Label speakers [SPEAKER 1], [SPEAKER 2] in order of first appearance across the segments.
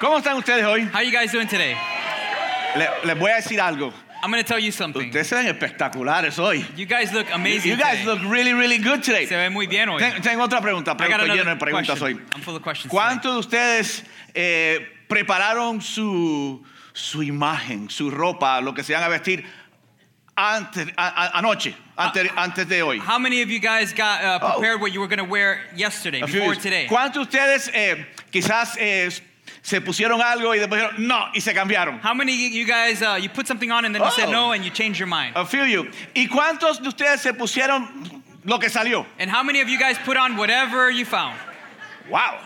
[SPEAKER 1] ¿Cómo están ustedes hoy?
[SPEAKER 2] How you guys doing today?
[SPEAKER 1] Le- les voy a decir algo.
[SPEAKER 2] I'm gonna tell you something.
[SPEAKER 1] Ustedes se ven espectaculares hoy.
[SPEAKER 2] You guys look amazing.
[SPEAKER 1] You guys
[SPEAKER 2] today.
[SPEAKER 1] look really, really good today.
[SPEAKER 2] Se ve muy bien hoy.
[SPEAKER 1] Ten- tengo otra pregunta,
[SPEAKER 2] I
[SPEAKER 1] pero
[SPEAKER 2] got
[SPEAKER 1] estoy lleno
[SPEAKER 2] another
[SPEAKER 1] de preguntas hoy.
[SPEAKER 2] question. I'm full of questions. today.
[SPEAKER 1] ¿Cuántos de ustedes eh, prepararon su, su imagen, su ropa, lo que se van a vestir antes, a- a- anoche, antes,
[SPEAKER 2] Ah.
[SPEAKER 1] antes de hoy?
[SPEAKER 2] How many of you guys got uh,
[SPEAKER 1] Oh.
[SPEAKER 2] prepared what you were gonna wear yesterday,
[SPEAKER 1] A few
[SPEAKER 2] before
[SPEAKER 1] years.
[SPEAKER 2] today?
[SPEAKER 1] ¿Cuántos de ustedes eh, quizás eh, se pusieron algo y después dijeron no y se cambiaron?
[SPEAKER 2] How many of you guys uh, you put something on and then you said
[SPEAKER 1] Oh.
[SPEAKER 2] no and you changed your mind?
[SPEAKER 1] A few you. ¿Y cuántos de ustedes se pusieron lo que salió?
[SPEAKER 2] And how many of you guys put on whatever you found?
[SPEAKER 1] ¡Wow!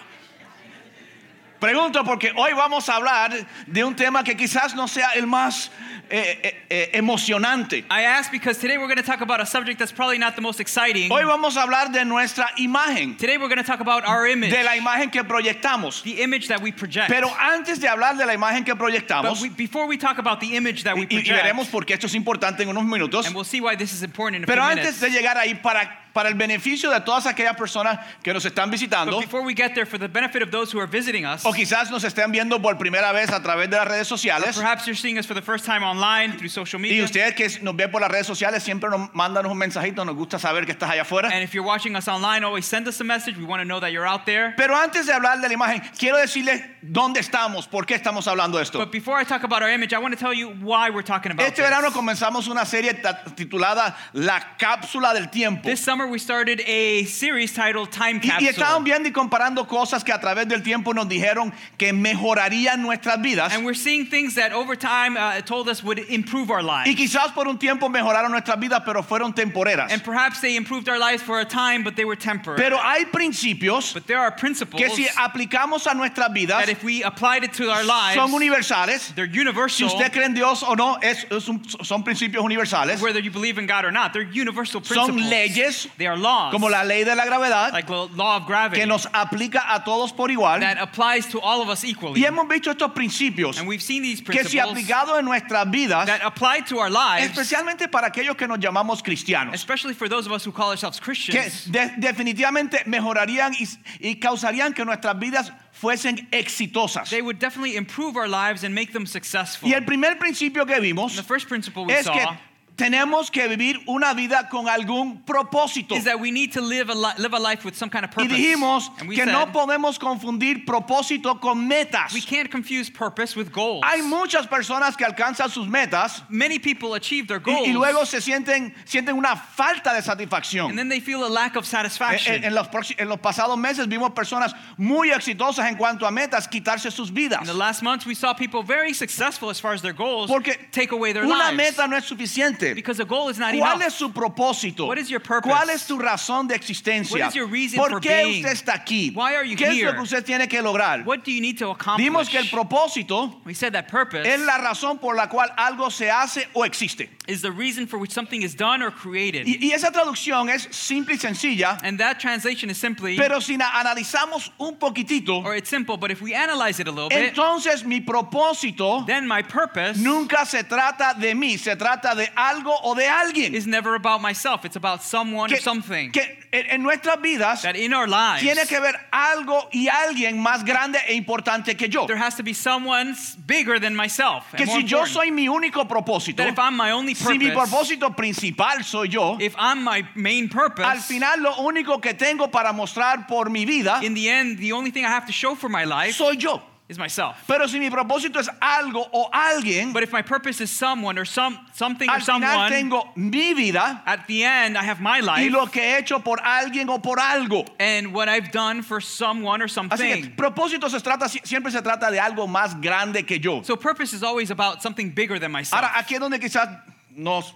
[SPEAKER 1] Pregunto porque hoy vamos a hablar de un tema que quizás no sea el más eh, eh, eh, emocionante.
[SPEAKER 2] I ask because today we're gonna talk about a subject that's probably not the most exciting.
[SPEAKER 1] Hoy vamos a hablar de nuestra imagen,
[SPEAKER 2] Today we're gonna talk about our image,
[SPEAKER 1] de la imagen que proyectamos.
[SPEAKER 2] the image that we project.
[SPEAKER 1] Pero antes de hablar de la imagen que
[SPEAKER 2] but
[SPEAKER 1] proyectamos,
[SPEAKER 2] we, before we talk about the image that we
[SPEAKER 1] y, y
[SPEAKER 2] project,
[SPEAKER 1] veremos por qué esto es importante en unos minutos,
[SPEAKER 2] and we'll see why this is important in a
[SPEAKER 1] pero
[SPEAKER 2] few
[SPEAKER 1] antes
[SPEAKER 2] minutes.
[SPEAKER 1] de llegar ahí, para, para el beneficio de todas aquellas personas que nos están
[SPEAKER 2] But
[SPEAKER 1] visitando,
[SPEAKER 2] before we get there, for the benefit of those who are visiting us,
[SPEAKER 1] o quizás nos estén viendo por primera vez a través de las redes sociales,
[SPEAKER 2] perhaps you're seeing us for the first time online through social
[SPEAKER 1] Y
[SPEAKER 2] media.
[SPEAKER 1] ustedes que nos ven por las redes sociales, siempre nos mandan un mensajito, nos gusta saber que estás allá afuera.
[SPEAKER 2] And if you're watching us online, always send us a message. We want to know that you're out there.
[SPEAKER 1] Pero antes de hablar de la imagen, quiero decirles dónde estamos, por qué estamos hablando de esto.
[SPEAKER 2] But before I talk about our image, I want to tell you why we're talking about
[SPEAKER 1] Este verano
[SPEAKER 2] this.
[SPEAKER 1] comenzamos una serie ta- titulada La Cápsula del Tiempo.
[SPEAKER 2] This summer we started a series titled Time
[SPEAKER 1] Y, y estábamos
[SPEAKER 2] Capsule.
[SPEAKER 1] viendo y comparando cosas que a través del tiempo nos dijeron que mejorarían nuestras vidas.
[SPEAKER 2] And we're seeing things that over time uh, it told us would improve our
[SPEAKER 1] Y
[SPEAKER 2] lives.
[SPEAKER 1] quizás por un tiempo mejoraron nuestras vidas, pero fueron temporeras.
[SPEAKER 2] And perhaps they improved our lives for a time, but they were temporary.
[SPEAKER 1] Pero hay principios
[SPEAKER 2] But there are principles
[SPEAKER 1] que si aplicamos a nuestras vidas
[SPEAKER 2] that if we applied it to our lives,
[SPEAKER 1] son universales.
[SPEAKER 2] they're
[SPEAKER 1] Si
[SPEAKER 2] universal,
[SPEAKER 1] usted cree en Dios o no, es- es un- son principios universales,
[SPEAKER 2] whether you believe in God or not. They're universal
[SPEAKER 1] Son
[SPEAKER 2] principles.
[SPEAKER 1] leyes
[SPEAKER 2] they are laws,
[SPEAKER 1] como la ley de la gravedad,
[SPEAKER 2] like the law of gravity,
[SPEAKER 1] que nos aplica a todos por igual.
[SPEAKER 2] that applies to all of us equally.
[SPEAKER 1] Y hemos visto estos principios
[SPEAKER 2] And we've seen these
[SPEAKER 1] que si
[SPEAKER 2] principles
[SPEAKER 1] aplicados en nuestras vidas,
[SPEAKER 2] that apply to our lives,
[SPEAKER 1] especialmente para aquellos que nos llamamos cristianos,
[SPEAKER 2] especially for those of us who call ourselves
[SPEAKER 1] que
[SPEAKER 2] Christians,
[SPEAKER 1] de- definitivamente mejorarían y, y causarían que nuestras vidas fuesen exitosas.
[SPEAKER 2] they would definitely improve our lives and make them successful.
[SPEAKER 1] Y el primer principio que
[SPEAKER 2] And the
[SPEAKER 1] vimos
[SPEAKER 2] first principle we
[SPEAKER 1] es que
[SPEAKER 2] saw
[SPEAKER 1] tenemos que vivir una vida con algún propósito.
[SPEAKER 2] is that we need to live a, li- live a life with some kind of
[SPEAKER 1] Y
[SPEAKER 2] purpose.
[SPEAKER 1] dijimos
[SPEAKER 2] and we
[SPEAKER 1] que
[SPEAKER 2] said,
[SPEAKER 1] no podemos confundir propósito con metas.
[SPEAKER 2] we can't confuse purpose with goals.
[SPEAKER 1] Hay muchas personas que alcanzan sus metas
[SPEAKER 2] Many people achieve their
[SPEAKER 1] y,
[SPEAKER 2] goals,
[SPEAKER 1] y luego se sienten, sienten una falta de satisfacción.
[SPEAKER 2] and then they feel a lack of
[SPEAKER 1] En,
[SPEAKER 2] satisfaction.
[SPEAKER 1] en- en los, proxi- en los pasados meses vimos personas muy exitosas en cuanto a metas quitarse sus vidas.
[SPEAKER 2] In the last month, we saw people very successful as far as their goals
[SPEAKER 1] Porque
[SPEAKER 2] take away their
[SPEAKER 1] una
[SPEAKER 2] lives.
[SPEAKER 1] meta no es suficiente.
[SPEAKER 2] because a goal is not
[SPEAKER 1] ¿Cuál
[SPEAKER 2] enough.
[SPEAKER 1] es su propósito?
[SPEAKER 2] What is your purpose?
[SPEAKER 1] ¿Cuál es su razón de existencia?
[SPEAKER 2] What is your reason
[SPEAKER 1] ¿Por
[SPEAKER 2] for
[SPEAKER 1] qué
[SPEAKER 2] being?
[SPEAKER 1] usted está aquí?
[SPEAKER 2] Why are you
[SPEAKER 1] ¿Qué es lo
[SPEAKER 2] here?
[SPEAKER 1] que usted tiene que lograr?
[SPEAKER 2] What do you need to accomplish?
[SPEAKER 1] Vimos que el propósito
[SPEAKER 2] we said that purpose
[SPEAKER 1] es la razón por la cual algo se hace o existe.
[SPEAKER 2] is the reason for which something is done or created.
[SPEAKER 1] Y, y esa traducción es simple y sencilla,
[SPEAKER 2] and that translation is simply,
[SPEAKER 1] pero si la analizamos un poquitito,
[SPEAKER 2] or it's simple, but if we analyze it a little bit,
[SPEAKER 1] entonces mi propósito
[SPEAKER 2] then my purpose
[SPEAKER 1] nunca se trata de mí, se trata de algo o de alguien.
[SPEAKER 2] is never about myself. It's about someone or
[SPEAKER 1] Que,
[SPEAKER 2] something.
[SPEAKER 1] que en, en nuestras vidas
[SPEAKER 2] that in our lives,
[SPEAKER 1] tiene que ver algo y alguien más grande e importante que yo.
[SPEAKER 2] there has to be someone s- bigger than myself. and
[SPEAKER 1] Que
[SPEAKER 2] more
[SPEAKER 1] si yo
[SPEAKER 2] important.
[SPEAKER 1] soy mi único propósito,
[SPEAKER 2] that if I'm my only
[SPEAKER 1] si mi
[SPEAKER 2] purpose,
[SPEAKER 1] propósito principal soy yo,
[SPEAKER 2] if I'm my main purpose,
[SPEAKER 1] al final lo único que tengo para mostrar por mi vida
[SPEAKER 2] in the end, the only thing I have to show for my life
[SPEAKER 1] soy yo.
[SPEAKER 2] is myself.
[SPEAKER 1] Pero si mi propósito es algo o alguien,
[SPEAKER 2] But if my purpose is someone or some something or
[SPEAKER 1] al final
[SPEAKER 2] someone,
[SPEAKER 1] tengo mi vida
[SPEAKER 2] at the end I have
[SPEAKER 1] y
[SPEAKER 2] my life
[SPEAKER 1] lo que he hecho por alguien o por algo.
[SPEAKER 2] and what I've done for someone or
[SPEAKER 1] Así que
[SPEAKER 2] something.
[SPEAKER 1] propósito se trata si- siempre se trata de algo más grande que yo.
[SPEAKER 2] So purpose is always about something bigger than myself.
[SPEAKER 1] Ahora ah, aquí es donde quizás nos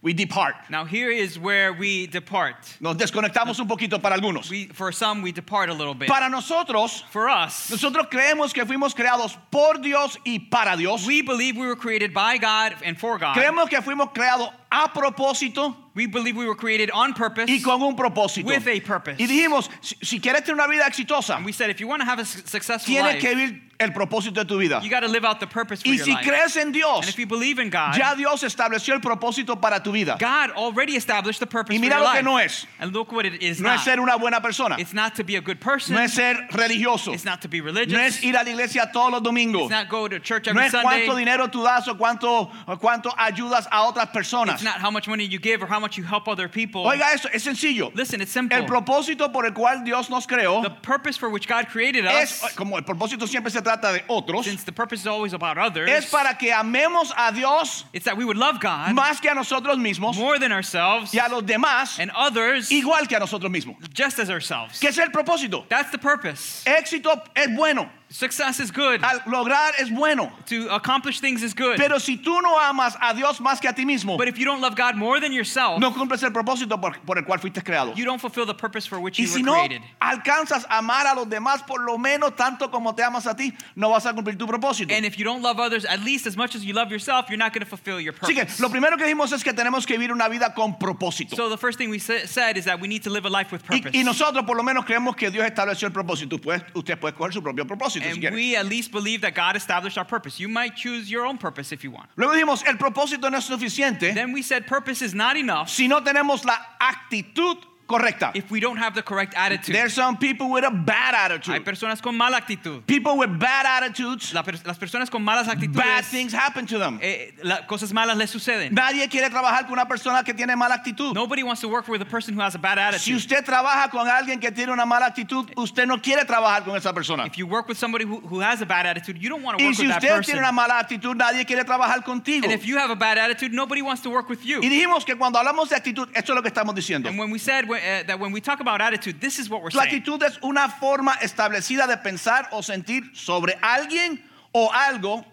[SPEAKER 1] we depart,
[SPEAKER 2] Now here is where we depart.
[SPEAKER 1] nos desconectamos un poquito para algunos.
[SPEAKER 2] We for some we depart a little bit.
[SPEAKER 1] Para nosotros,
[SPEAKER 2] For us,
[SPEAKER 1] nosotros creemos que fuimos creados por Dios y para Dios.
[SPEAKER 2] we believe we were created by God and for God.
[SPEAKER 1] Creemos que fuimos creados a propósito
[SPEAKER 2] We believe we were created on purpose.
[SPEAKER 1] y con un propósito.
[SPEAKER 2] With a purpose.
[SPEAKER 1] Y dijimos, si, si quieres tener una vida exitosa,
[SPEAKER 2] And we said if you want to have a su- successful
[SPEAKER 1] tienes
[SPEAKER 2] life,
[SPEAKER 1] que vivir el propósito de tu vida.
[SPEAKER 2] You got to live out the purpose for
[SPEAKER 1] Y
[SPEAKER 2] your
[SPEAKER 1] si
[SPEAKER 2] life.
[SPEAKER 1] crees en Dios,
[SPEAKER 2] and if you believe in God,
[SPEAKER 1] ya Dios estableció el propósito para tu vida.
[SPEAKER 2] God already established the purpose
[SPEAKER 1] Y
[SPEAKER 2] for
[SPEAKER 1] mira
[SPEAKER 2] your
[SPEAKER 1] lo que
[SPEAKER 2] life.
[SPEAKER 1] no es.
[SPEAKER 2] And look what it is
[SPEAKER 1] No
[SPEAKER 2] not.
[SPEAKER 1] es ser una buena persona.
[SPEAKER 2] It's not to be a good person.
[SPEAKER 1] No es ser religioso.
[SPEAKER 2] it's not to be religious.
[SPEAKER 1] No es ir a la iglesia todos los domingos.
[SPEAKER 2] it's not go to church
[SPEAKER 1] No
[SPEAKER 2] every
[SPEAKER 1] es
[SPEAKER 2] Sunday.
[SPEAKER 1] cuánto dinero tú das o cuánto, o cuánto ayudas a otras personas.
[SPEAKER 2] it's not how much money you give or how much you help other people.
[SPEAKER 1] Oiga eso, es sencillo.
[SPEAKER 2] Listen, it's simple.
[SPEAKER 1] El propósito por el cual Dios nos
[SPEAKER 2] the
[SPEAKER 1] creó
[SPEAKER 2] purpose for which God created
[SPEAKER 1] es,
[SPEAKER 2] us,
[SPEAKER 1] como el propósito siempre se trata de otros,
[SPEAKER 2] since the purpose is always about others,
[SPEAKER 1] es para que amemos a Dios
[SPEAKER 2] it's that we would love God
[SPEAKER 1] más que a nosotros mismos
[SPEAKER 2] more than ourselves
[SPEAKER 1] y a los demás
[SPEAKER 2] and others
[SPEAKER 1] igual que a nosotros mismos.
[SPEAKER 2] just as ourselves.
[SPEAKER 1] ¿Qué es el propósito?
[SPEAKER 2] That's the purpose.
[SPEAKER 1] Éxito es bueno,
[SPEAKER 2] Success is good.
[SPEAKER 1] al lograr es bueno,
[SPEAKER 2] to accomplish things is good.
[SPEAKER 1] pero si tú no amas a Dios más que a ti mismo,
[SPEAKER 2] but if you don't love God more than yourself,
[SPEAKER 1] no cumples el propósito por, por el cual fuiste creado.
[SPEAKER 2] you don't fulfill the purpose for which
[SPEAKER 1] Y
[SPEAKER 2] you
[SPEAKER 1] si
[SPEAKER 2] were
[SPEAKER 1] no
[SPEAKER 2] created.
[SPEAKER 1] alcanzas a amar a los demás por lo menos tanto como te amas a ti, no vas a cumplir tu propósito.
[SPEAKER 2] And if you don't love others at least as much as you love yourself, you're not going to fulfill your
[SPEAKER 1] Así que
[SPEAKER 2] purpose.
[SPEAKER 1] lo primero que dijimos es que tenemos que vivir una vida con propósito.
[SPEAKER 2] so the first thing we sa- said is that we need to live a life with purpose.
[SPEAKER 1] Y, y nosotros por lo menos creemos que Dios estableció el propósito. Usted, usted puede escoger su propio propósito si
[SPEAKER 2] and
[SPEAKER 1] quiere.
[SPEAKER 2] we at least believe that God established our purpose. You might choose your own purpose if you want.
[SPEAKER 1] Luego dijimos, el propósito no es suficiente
[SPEAKER 2] Then we said purpose is not enough
[SPEAKER 1] si no tenemos la actitud correcta.
[SPEAKER 2] if we don't have the correct attitude.
[SPEAKER 1] There's some people with a bad
[SPEAKER 2] Hay
[SPEAKER 1] attitude.
[SPEAKER 2] personas con mala actitud.
[SPEAKER 1] People with bad attitudes,
[SPEAKER 2] La per- las personas con malas
[SPEAKER 1] bad
[SPEAKER 2] actitudes,
[SPEAKER 1] things happen to them.
[SPEAKER 2] eh, la- cosas malas les suceden.
[SPEAKER 1] Nadie quiere trabajar con una persona que tiene mala actitud.
[SPEAKER 2] Nobody wants to work with a person who has a bad
[SPEAKER 1] Si
[SPEAKER 2] attitude.
[SPEAKER 1] usted trabaja con alguien que tiene una mala actitud, usted no quiere trabajar con esa persona.
[SPEAKER 2] If you work with somebody who, who has a bad attitude, you don't want to
[SPEAKER 1] Y
[SPEAKER 2] work
[SPEAKER 1] si
[SPEAKER 2] with that
[SPEAKER 1] usted tiene
[SPEAKER 2] person.
[SPEAKER 1] una mala actitud, nadie quiere trabajar contigo.
[SPEAKER 2] And if you have a bad attitude, nobody wants to work with you.
[SPEAKER 1] Y dijimos que cuando hablamos de actitud, esto es lo que estamos diciendo.
[SPEAKER 2] And when we said uh, that when we talk about attitude, this is what we're
[SPEAKER 1] Tu
[SPEAKER 2] saying.
[SPEAKER 1] actitud es una forma establecida de pensar o sentir sobre alguien o algo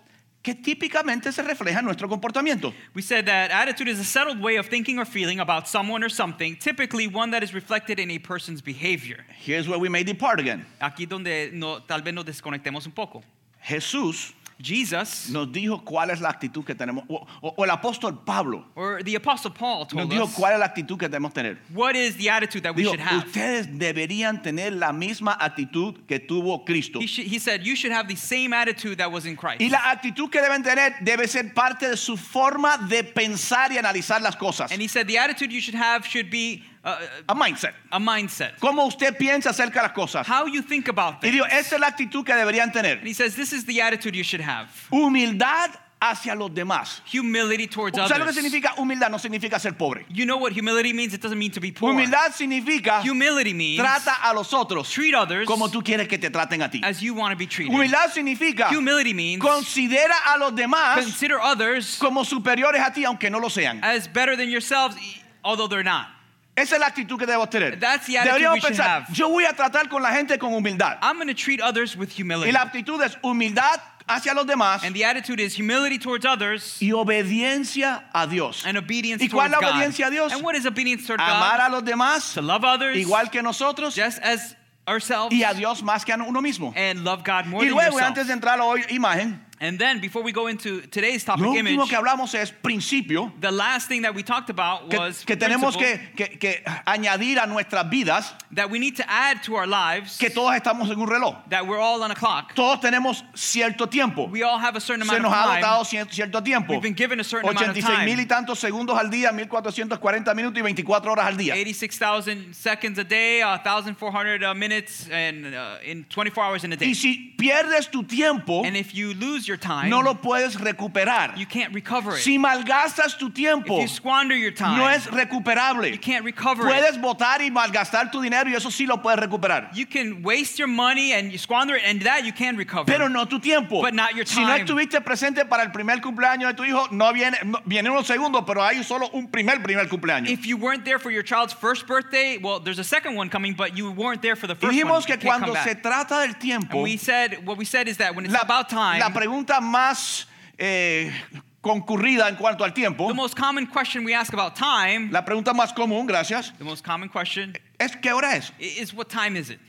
[SPEAKER 1] que típicamente se refleja en nuestro comportamiento.
[SPEAKER 2] We said that attitude is a settled way of thinking or feeling about someone or something, typically one that is reflected in a person's behavior.
[SPEAKER 1] Here's where we may depart again.
[SPEAKER 2] Aquí donde no, tal vez nos desconectemos un poco.
[SPEAKER 1] Jesús
[SPEAKER 2] Jesus,
[SPEAKER 1] nos dijo cuál es la actitud que tenemos, o, o- o el apóstol Pablo
[SPEAKER 2] or the Apostle Paul,
[SPEAKER 1] nos
[SPEAKER 2] told
[SPEAKER 1] dijo
[SPEAKER 2] us
[SPEAKER 1] cuál es la actitud que debemos tener.
[SPEAKER 2] what is the attitude that we
[SPEAKER 1] Dijo,
[SPEAKER 2] should have.
[SPEAKER 1] ustedes deberían tener la misma actitud que tuvo Cristo.
[SPEAKER 2] He, should, he said, You should have the same attitude that was in Christ.
[SPEAKER 1] Y la actitud que deben tener debe ser parte de su forma de pensar y analizar las cosas.
[SPEAKER 2] And he said, The attitude you should have should be uh,
[SPEAKER 1] A mindset.
[SPEAKER 2] a mindset.
[SPEAKER 1] Cómo usted piensa acerca de las cosas.
[SPEAKER 2] How you think about
[SPEAKER 1] Y
[SPEAKER 2] things.
[SPEAKER 1] digo, esa es la actitud que deberían
[SPEAKER 2] And
[SPEAKER 1] tener.
[SPEAKER 2] he says, This is the attitude you should have
[SPEAKER 1] Humildad hacia los demás.
[SPEAKER 2] humility towards
[SPEAKER 1] ¿Sabes lo que
[SPEAKER 2] others.
[SPEAKER 1] significa humildad? No significa ser pobre.
[SPEAKER 2] You know what humility means? It doesn't mean to be poor.
[SPEAKER 1] Humildad significa
[SPEAKER 2] Humility means
[SPEAKER 1] trata a los otros
[SPEAKER 2] treat others
[SPEAKER 1] como tú quieres que te traten a ti.
[SPEAKER 2] as you want to be treated.
[SPEAKER 1] Humildad significa
[SPEAKER 2] Humility means
[SPEAKER 1] considera a los demás
[SPEAKER 2] consider others
[SPEAKER 1] como superiores a ti, aunque no lo sean.
[SPEAKER 2] as better than yourselves, e- although they're not.
[SPEAKER 1] Esa es la actitud que debemos tener.
[SPEAKER 2] That's the attitude
[SPEAKER 1] Deberíamos
[SPEAKER 2] we should
[SPEAKER 1] pensar,
[SPEAKER 2] have.
[SPEAKER 1] yo voy a tratar con la gente con humildad.
[SPEAKER 2] I'm going to treat others with humility.
[SPEAKER 1] Y la actitud es humildad hacia los demás
[SPEAKER 2] And the attitude is humility towards others
[SPEAKER 1] y obediencia a Dios.
[SPEAKER 2] and obedience
[SPEAKER 1] ¿Y cuál
[SPEAKER 2] towards
[SPEAKER 1] la
[SPEAKER 2] God.
[SPEAKER 1] obediencia a Dios?
[SPEAKER 2] And what is obedience toward
[SPEAKER 1] Amar
[SPEAKER 2] God?
[SPEAKER 1] a los demás
[SPEAKER 2] To love others
[SPEAKER 1] igual que nosotros
[SPEAKER 2] just as ourselves
[SPEAKER 1] y a Dios más que a uno mismo.
[SPEAKER 2] and love God more
[SPEAKER 1] Y
[SPEAKER 2] than
[SPEAKER 1] luego,
[SPEAKER 2] yourself.
[SPEAKER 1] antes de entrar a hoy imagen,
[SPEAKER 2] And then before we go into today's topic
[SPEAKER 1] lo último
[SPEAKER 2] image,
[SPEAKER 1] que hablamos es principio
[SPEAKER 2] the last thing that we talked about
[SPEAKER 1] que,
[SPEAKER 2] was
[SPEAKER 1] que tenemos
[SPEAKER 2] principle,
[SPEAKER 1] que, que- que añadir a nuestras vidas,
[SPEAKER 2] that we need to add to our lives
[SPEAKER 1] que todos estamos en un reloj.
[SPEAKER 2] that we're all on a clock.
[SPEAKER 1] Todos tenemos cierto tiempo.
[SPEAKER 2] We all have a certain
[SPEAKER 1] Se
[SPEAKER 2] amount of
[SPEAKER 1] nos ha
[SPEAKER 2] time.
[SPEAKER 1] dotado cier- cierto tiempo.
[SPEAKER 2] We've been given a certain amount of
[SPEAKER 1] 86 mil y
[SPEAKER 2] time.
[SPEAKER 1] tantos segundos al día, 1440 minutos y 24 horas al día.
[SPEAKER 2] 86,000 seconds a day, uh, 1,400 uh, minutes, and uh, in 24 hours in a day.
[SPEAKER 1] Y si pierdes tu tiempo,
[SPEAKER 2] And if you lose your time,
[SPEAKER 1] no lo puedes recuperar.
[SPEAKER 2] you can't recover it.
[SPEAKER 1] Si malgastas tu
[SPEAKER 2] if
[SPEAKER 1] tiempo,
[SPEAKER 2] you squander your time,
[SPEAKER 1] no es
[SPEAKER 2] you
[SPEAKER 1] recuperable.
[SPEAKER 2] can't recover it.
[SPEAKER 1] Puedes votar y malgastar tu dinero y eso sí lo puedes recuperar.
[SPEAKER 2] You can waste your money and you squander it, and that you can recover.
[SPEAKER 1] Pero no tu tiempo.
[SPEAKER 2] But not your
[SPEAKER 1] Si no
[SPEAKER 2] time.
[SPEAKER 1] estuviste presente para el primer cumpleaños de tu hijo, no viene, no- viene unos segundos, pero hay solo un primer primer cumpleaños.
[SPEAKER 2] If you weren't there for your child's first birthday, well, there's a second one coming, but you weren't there for
[SPEAKER 1] Y
[SPEAKER 2] the first one.
[SPEAKER 1] dijimos
[SPEAKER 2] You
[SPEAKER 1] que
[SPEAKER 2] can't
[SPEAKER 1] cuando
[SPEAKER 2] come back.
[SPEAKER 1] se trata del
[SPEAKER 2] and
[SPEAKER 1] tiempo,
[SPEAKER 2] we said, what we said is that when it's
[SPEAKER 1] la,
[SPEAKER 2] about time,
[SPEAKER 1] la pregunta más eh, concurrida en cuanto al tiempo,
[SPEAKER 2] the most common question we ask about time,
[SPEAKER 1] la pregunta más común, gracias,
[SPEAKER 2] the most common question
[SPEAKER 1] es ¿qué hora es?
[SPEAKER 2] i- is what time is it?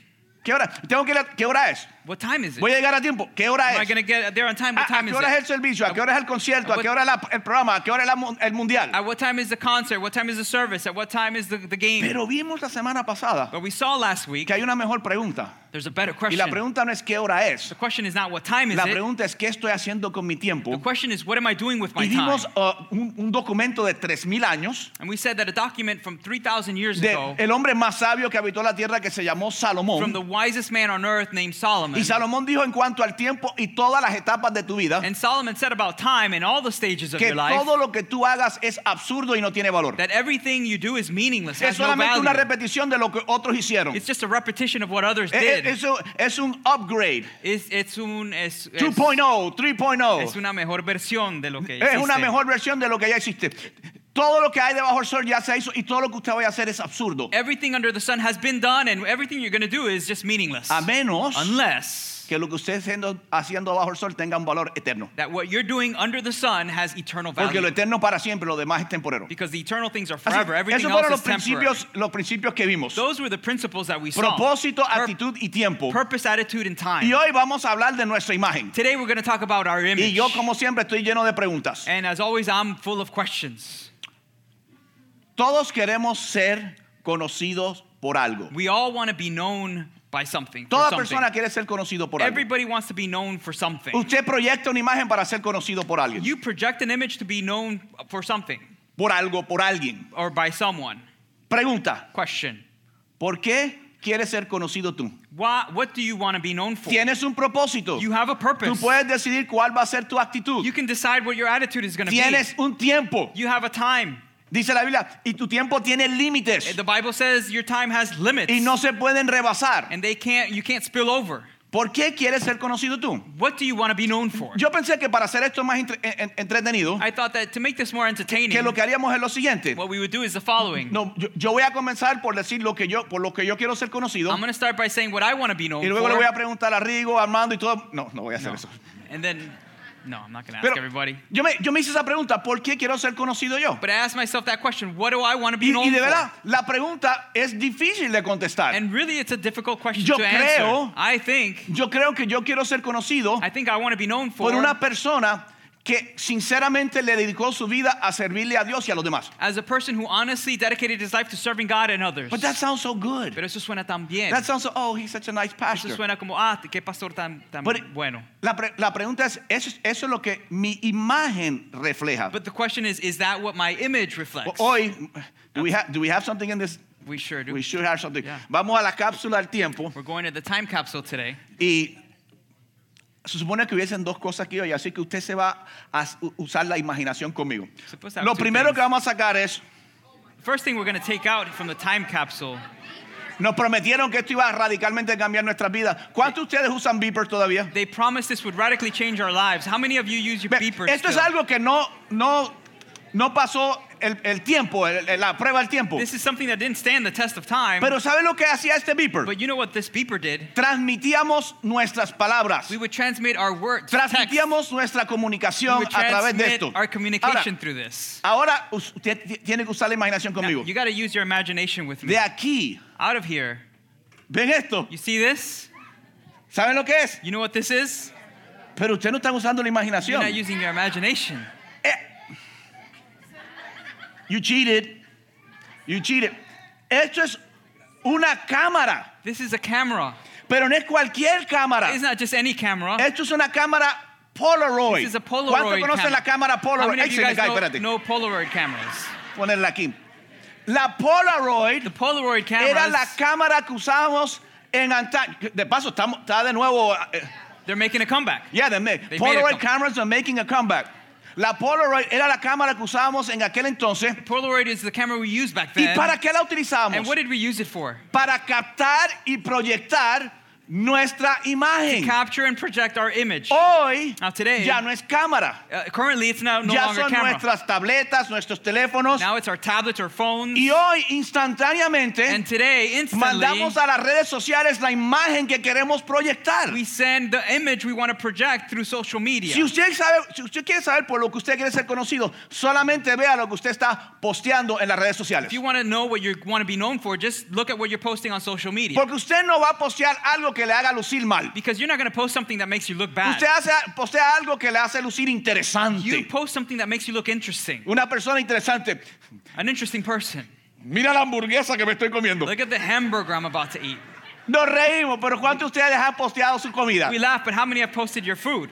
[SPEAKER 1] ¿Qué hora? Tengo que ir a- ¿Qué hora es?
[SPEAKER 2] What time is it?
[SPEAKER 1] Voy a llegar a tiempo. ¿Qué hora
[SPEAKER 2] Am I
[SPEAKER 1] es?
[SPEAKER 2] going to get there on time?
[SPEAKER 1] ¿A,
[SPEAKER 2] What
[SPEAKER 1] a
[SPEAKER 2] time
[SPEAKER 1] qué
[SPEAKER 2] is
[SPEAKER 1] hora es
[SPEAKER 2] it?
[SPEAKER 1] el servicio? ¿A qué hora es el concierto? ¿A qué hora es la- el programa? ¿A qué hora es la mu- el mundial?
[SPEAKER 2] At Ah, what time is the concert? What time is the service? At what time is the, the game?
[SPEAKER 1] Pero vimos la semana pasada
[SPEAKER 2] But we saw last week,
[SPEAKER 1] que hay una mejor pregunta.
[SPEAKER 2] there's a better
[SPEAKER 1] Y
[SPEAKER 2] question.
[SPEAKER 1] la pregunta no es qué hora es.
[SPEAKER 2] the question is not what time is
[SPEAKER 1] La
[SPEAKER 2] it.
[SPEAKER 1] pregunta es qué estoy haciendo con mi
[SPEAKER 2] The
[SPEAKER 1] tiempo.
[SPEAKER 2] question is what am I doing with
[SPEAKER 1] Y
[SPEAKER 2] my time?
[SPEAKER 1] vimos uh, un, un documento de 3.000 años
[SPEAKER 2] And we said that a document from 3,000 years
[SPEAKER 1] del
[SPEAKER 2] ago
[SPEAKER 1] hombre más sabio que habitó la tierra que se llamó
[SPEAKER 2] from the
[SPEAKER 1] Salomón.
[SPEAKER 2] wisest man on earth named Solomon.
[SPEAKER 1] Y Salomón dijo en cuanto al tiempo y todas las etapas de tu vida
[SPEAKER 2] And Solomon said about time and all the stages of
[SPEAKER 1] que
[SPEAKER 2] your life
[SPEAKER 1] todo lo que tú hagas es absurdo y no tiene valor.
[SPEAKER 2] that everything you do is meaningless,
[SPEAKER 1] Es
[SPEAKER 2] has no
[SPEAKER 1] solamente una
[SPEAKER 2] value.
[SPEAKER 1] repetición de lo que otros hicieron.
[SPEAKER 2] It's just a repetition of what others
[SPEAKER 1] E- e-
[SPEAKER 2] did.
[SPEAKER 1] Eso es un upgrade.
[SPEAKER 2] Es, es un es, es,
[SPEAKER 1] 2.0,
[SPEAKER 2] es
[SPEAKER 1] 3.0.
[SPEAKER 2] una mejor versión de lo que
[SPEAKER 1] oh. Es una
[SPEAKER 2] hiciste.
[SPEAKER 1] mejor versión de lo que ya existe. Todo lo que hay debajo del sol ya se hizo y todo lo que usted vaya a hacer es absurdo.
[SPEAKER 2] Everything under the sun has been done, and everything you're going to do is just meaninless.
[SPEAKER 1] A menos
[SPEAKER 2] Unless
[SPEAKER 1] que lo que usted esté haciendo, haciendo bajo el sol tenga un valor eterno.
[SPEAKER 2] that what you're doing under the sun has eternal
[SPEAKER 1] Porque lo
[SPEAKER 2] value.
[SPEAKER 1] eterno para siempre, lo demás es temporero.
[SPEAKER 2] Because the eternal things are
[SPEAKER 1] Así,
[SPEAKER 2] forever. Everything
[SPEAKER 1] esos
[SPEAKER 2] else
[SPEAKER 1] fueron
[SPEAKER 2] is
[SPEAKER 1] los
[SPEAKER 2] temporary.
[SPEAKER 1] principios, los principios que vimos.
[SPEAKER 2] Those were the principles that we saw.
[SPEAKER 1] Propósito,
[SPEAKER 2] Pur-
[SPEAKER 1] actitud y tiempo.
[SPEAKER 2] purpose, attitude, and time.
[SPEAKER 1] Y hoy vamos a hablar de nuestra imagen.
[SPEAKER 2] Today we're going to talk about our
[SPEAKER 1] Y
[SPEAKER 2] image.
[SPEAKER 1] yo, como siempre, estoy lleno de preguntas.
[SPEAKER 2] and as always, I'm full of questions.
[SPEAKER 1] Todos queremos ser conocidos por algo.
[SPEAKER 2] We all want to be known by something. for
[SPEAKER 1] Toda
[SPEAKER 2] something.
[SPEAKER 1] persona quiere ser conocido por algo.
[SPEAKER 2] Everybody wants to be known for something.
[SPEAKER 1] Usted proyecta una imagen para ser conocido por alguien.
[SPEAKER 2] You project an image to be known for something
[SPEAKER 1] Por algo, por alguien.
[SPEAKER 2] or by someone.
[SPEAKER 1] Pregunta,
[SPEAKER 2] Question.
[SPEAKER 1] ¿por qué quieres ser conocido tú?
[SPEAKER 2] Why, what do you want to be known for?
[SPEAKER 1] Tienes un propósito.
[SPEAKER 2] You have a
[SPEAKER 1] Tú
[SPEAKER 2] purpose.
[SPEAKER 1] puedes decidir cuál va a ser tu actitud.
[SPEAKER 2] You can decide what your attitude is going to be.
[SPEAKER 1] Tienes un tiempo.
[SPEAKER 2] You have a time.
[SPEAKER 1] Dice la Biblia, y tu tiempo tiene límites
[SPEAKER 2] The Bible says your time has limits.
[SPEAKER 1] y no se pueden rebasar.
[SPEAKER 2] and they can't you can't spill over.
[SPEAKER 1] ¿Por qué quieres ser conocido tú?
[SPEAKER 2] What do you want to be known for?
[SPEAKER 1] Yo pensé que para hacer esto más entre- en- en- entretenido,
[SPEAKER 2] I thought that to make this more entertaining,
[SPEAKER 1] que lo que haríamos es lo siguiente.
[SPEAKER 2] what we would do is the following.
[SPEAKER 1] No, yo, yo voy a comenzar por decir lo que yo, por lo que yo quiero ser conocido.
[SPEAKER 2] I'm going to start by saying what I want to be known
[SPEAKER 1] Y luego
[SPEAKER 2] for.
[SPEAKER 1] le voy a preguntar a Rigo, a Armando y todo. No, no voy a hacer
[SPEAKER 2] No.
[SPEAKER 1] eso.
[SPEAKER 2] And then no, I'm not going to ask
[SPEAKER 1] Pero
[SPEAKER 2] everybody.
[SPEAKER 1] yo me, yo me hice esa pregunta, ¿por qué quiero ser conocido yo?
[SPEAKER 2] But I asked myself that question, what do I want to be
[SPEAKER 1] Y,
[SPEAKER 2] known
[SPEAKER 1] y de
[SPEAKER 2] for?
[SPEAKER 1] verdad, la pregunta es difícil de contestar.
[SPEAKER 2] And really it's a difficult question
[SPEAKER 1] Yo
[SPEAKER 2] to
[SPEAKER 1] creo-
[SPEAKER 2] answer. I think
[SPEAKER 1] Yo creo que yo quiero ser conocido
[SPEAKER 2] I think I want to be known for
[SPEAKER 1] por una persona que sinceramente le dedicó su vida a servirle a Dios y a los demás.
[SPEAKER 2] as a person who honestly dedicated his life to serving God and others.
[SPEAKER 1] But that sounds so good.
[SPEAKER 2] Pero eso suena tan bien.
[SPEAKER 1] That sounds so, oh, he's such a nice
[SPEAKER 2] Eso
[SPEAKER 1] pastor.
[SPEAKER 2] suena como, ah, qué pastor tan, tan
[SPEAKER 1] But it-
[SPEAKER 2] bueno.
[SPEAKER 1] La, pre- la pregunta es, ¿eso, es- eso es lo que mi imagen refleja.
[SPEAKER 2] But the question is, is that what my image reflects?
[SPEAKER 1] Hoy, do we, have, do we have something in this?
[SPEAKER 2] we sure do.
[SPEAKER 1] We should have something.
[SPEAKER 2] Yeah.
[SPEAKER 1] Vamos a la cápsula del tiempo
[SPEAKER 2] We're going to the time capsule today.
[SPEAKER 1] y se supone que hubiesen dos cosas aquí hoy, así que usted se va a s- u- usar la imaginación conmigo.
[SPEAKER 2] Supposed to have
[SPEAKER 1] Lo
[SPEAKER 2] two
[SPEAKER 1] primero
[SPEAKER 2] things.
[SPEAKER 1] que vamos a sacar es,
[SPEAKER 2] First thing we're going to take out from the time capsule.
[SPEAKER 1] nos prometieron que esto iba a radicalmente cambiar nuestras vidas. ¿Cuántos de ustedes usan beeper todavía?
[SPEAKER 2] They promised this would radically change our lives. How many of you use your
[SPEAKER 1] Ve,
[SPEAKER 2] beepers?
[SPEAKER 1] Esto es
[SPEAKER 2] still?
[SPEAKER 1] algo que no, no, no pasó el, el tiempo, el- el- la prueba del tiempo.
[SPEAKER 2] This is something that didn't stand the test of time.
[SPEAKER 1] Pero ¿sabe lo que hacía este beeper?
[SPEAKER 2] but you know what this beeper did?
[SPEAKER 1] Transmitíamos nuestras palabras.
[SPEAKER 2] We would transmit our words, text. We
[SPEAKER 1] Transmitíamos nuestra comunicación
[SPEAKER 2] would
[SPEAKER 1] a través de
[SPEAKER 2] transmit
[SPEAKER 1] esto.
[SPEAKER 2] our
[SPEAKER 1] Ahora,
[SPEAKER 2] communication through this.
[SPEAKER 1] ahora usted t- tiene que usar la imaginación
[SPEAKER 2] Now,
[SPEAKER 1] conmigo.
[SPEAKER 2] you got to use your imagination with me.
[SPEAKER 1] De aquí,
[SPEAKER 2] Out of here.
[SPEAKER 1] ven esto.
[SPEAKER 2] You see this?
[SPEAKER 1] ¿Saben lo que es?
[SPEAKER 2] You know what this is?
[SPEAKER 1] Pero usted no está usando la
[SPEAKER 2] You're
[SPEAKER 1] imaginación.
[SPEAKER 2] not using your imagination.
[SPEAKER 1] Eh. You cheated. You cheated. Esto es una cámara,
[SPEAKER 2] This is a camera.
[SPEAKER 1] pero no es cualquier cámara.
[SPEAKER 2] It's not just any camera.
[SPEAKER 1] Esto es una cámara Polaroid.
[SPEAKER 2] This is a Polaroid
[SPEAKER 1] ¿Cuántos conocen
[SPEAKER 2] camera.
[SPEAKER 1] la cámara
[SPEAKER 2] How
[SPEAKER 1] Polaroid?
[SPEAKER 2] many of
[SPEAKER 1] Ay,
[SPEAKER 2] you
[SPEAKER 1] se me
[SPEAKER 2] guys
[SPEAKER 1] cae,
[SPEAKER 2] know,
[SPEAKER 1] espérate.
[SPEAKER 2] know Polaroid cameras?
[SPEAKER 1] Ponerla aquí. La Polaroid
[SPEAKER 2] The Polaroid
[SPEAKER 1] Era la
[SPEAKER 2] cameras,
[SPEAKER 1] cámara que usábamos en antaño. De paso, estamos, está de nuevo. eh,
[SPEAKER 2] they're making a comeback.
[SPEAKER 1] yeah, they made-
[SPEAKER 2] They made a
[SPEAKER 1] Polaroid
[SPEAKER 2] comeback.
[SPEAKER 1] cameras are making a comeback. La Polaroid era la cámara que usábamos en aquel entonces.
[SPEAKER 2] Polaroid is the camera we used back
[SPEAKER 1] ¿Y
[SPEAKER 2] then.
[SPEAKER 1] para qué la
[SPEAKER 2] And
[SPEAKER 1] utilizábamos?
[SPEAKER 2] what did we use it for?
[SPEAKER 1] Para captar y proyectar nuestra imagen.
[SPEAKER 2] Capture and project our image.
[SPEAKER 1] Oh. Hoy
[SPEAKER 2] Now Ah, today-
[SPEAKER 1] ya no es cámara.
[SPEAKER 2] Uh, currently, it's now no
[SPEAKER 1] ya
[SPEAKER 2] longer
[SPEAKER 1] son
[SPEAKER 2] camera.
[SPEAKER 1] nuestras tabletas, nuestros teléfonos.
[SPEAKER 2] Now it's our tablets or phones.
[SPEAKER 1] Y hoy instantáneamente
[SPEAKER 2] and today, instantly,
[SPEAKER 1] mandamos a las redes sociales la imagen que queremos proyectar.
[SPEAKER 2] we send the image we want to project through social media.
[SPEAKER 1] Si usted, sabe, si usted quiere saber por lo que usted quiere ser conocido, solamente vea lo que usted está posteando en las redes sociales.
[SPEAKER 2] if you want to know what you want to be known for, just look at what you're posting on social media.
[SPEAKER 1] Porque usted no va a postear algo que le haga lucir mal.
[SPEAKER 2] Because you're not going to post something that makes you look bad.
[SPEAKER 1] Usted hace, postea algo que le hace lucir
[SPEAKER 2] You
[SPEAKER 1] interesante.
[SPEAKER 2] post something that makes you look interesting,
[SPEAKER 1] Una persona interesante.
[SPEAKER 2] an interesting person.
[SPEAKER 1] Mira la hamburguesa que me estoy comiendo.
[SPEAKER 2] Look at the hamburger I'm about to eat.
[SPEAKER 1] Nos reímos, pero ¿cuántos de ustedes han posteado su comida?
[SPEAKER 2] We laugh, but how many have posted your food?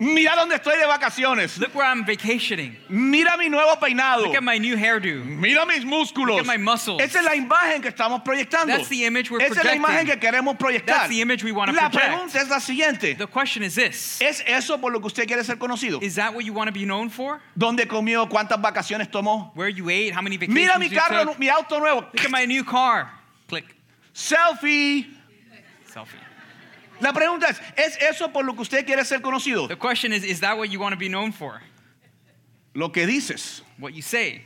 [SPEAKER 1] Mira dónde estoy de vacaciones.
[SPEAKER 2] Look where I'm vacationing.
[SPEAKER 1] Mira mi nuevo peinado.
[SPEAKER 2] Look at my new hairdo.
[SPEAKER 1] Mira mis músculos.
[SPEAKER 2] Look at my muscles.
[SPEAKER 1] Esa es la imagen que estamos proyectando.
[SPEAKER 2] That's the image we're
[SPEAKER 1] Esa es la
[SPEAKER 2] projecting.
[SPEAKER 1] imagen que queremos proyectar.
[SPEAKER 2] That's the image we wanna
[SPEAKER 1] la
[SPEAKER 2] project.
[SPEAKER 1] pregunta es la siguiente.
[SPEAKER 2] The question is this
[SPEAKER 1] ¿Es eso por lo que usted quiere ser conocido?
[SPEAKER 2] Is that what you want to be known for?
[SPEAKER 1] ¿Dónde comió? ¿Cuántas vacaciones tomó?
[SPEAKER 2] Where you ate? How many vacations
[SPEAKER 1] Mira mi
[SPEAKER 2] you
[SPEAKER 1] carro,
[SPEAKER 2] took?
[SPEAKER 1] mi auto nuevo.
[SPEAKER 2] Look at my new car. Click.
[SPEAKER 1] Selfie.
[SPEAKER 2] Selfie.
[SPEAKER 1] La pregunta es, ¿es eso por lo que usted quiere ser conocido?
[SPEAKER 2] The question is Is that what you want to be known for?
[SPEAKER 1] Lo que dices
[SPEAKER 2] What you say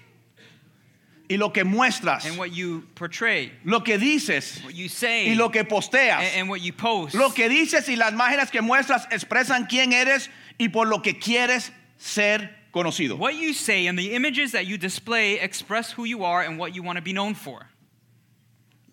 [SPEAKER 1] y lo que muestras.
[SPEAKER 2] and what you portray.
[SPEAKER 1] Lo que dices
[SPEAKER 2] What you say
[SPEAKER 1] y lo que posteas.
[SPEAKER 2] and, and what you post.
[SPEAKER 1] Lo que dices y las imágenes que muestras expresan quién eres y por lo que quieres ser conocido.
[SPEAKER 2] What you say and the images that you display express who you are and what you want to be known for.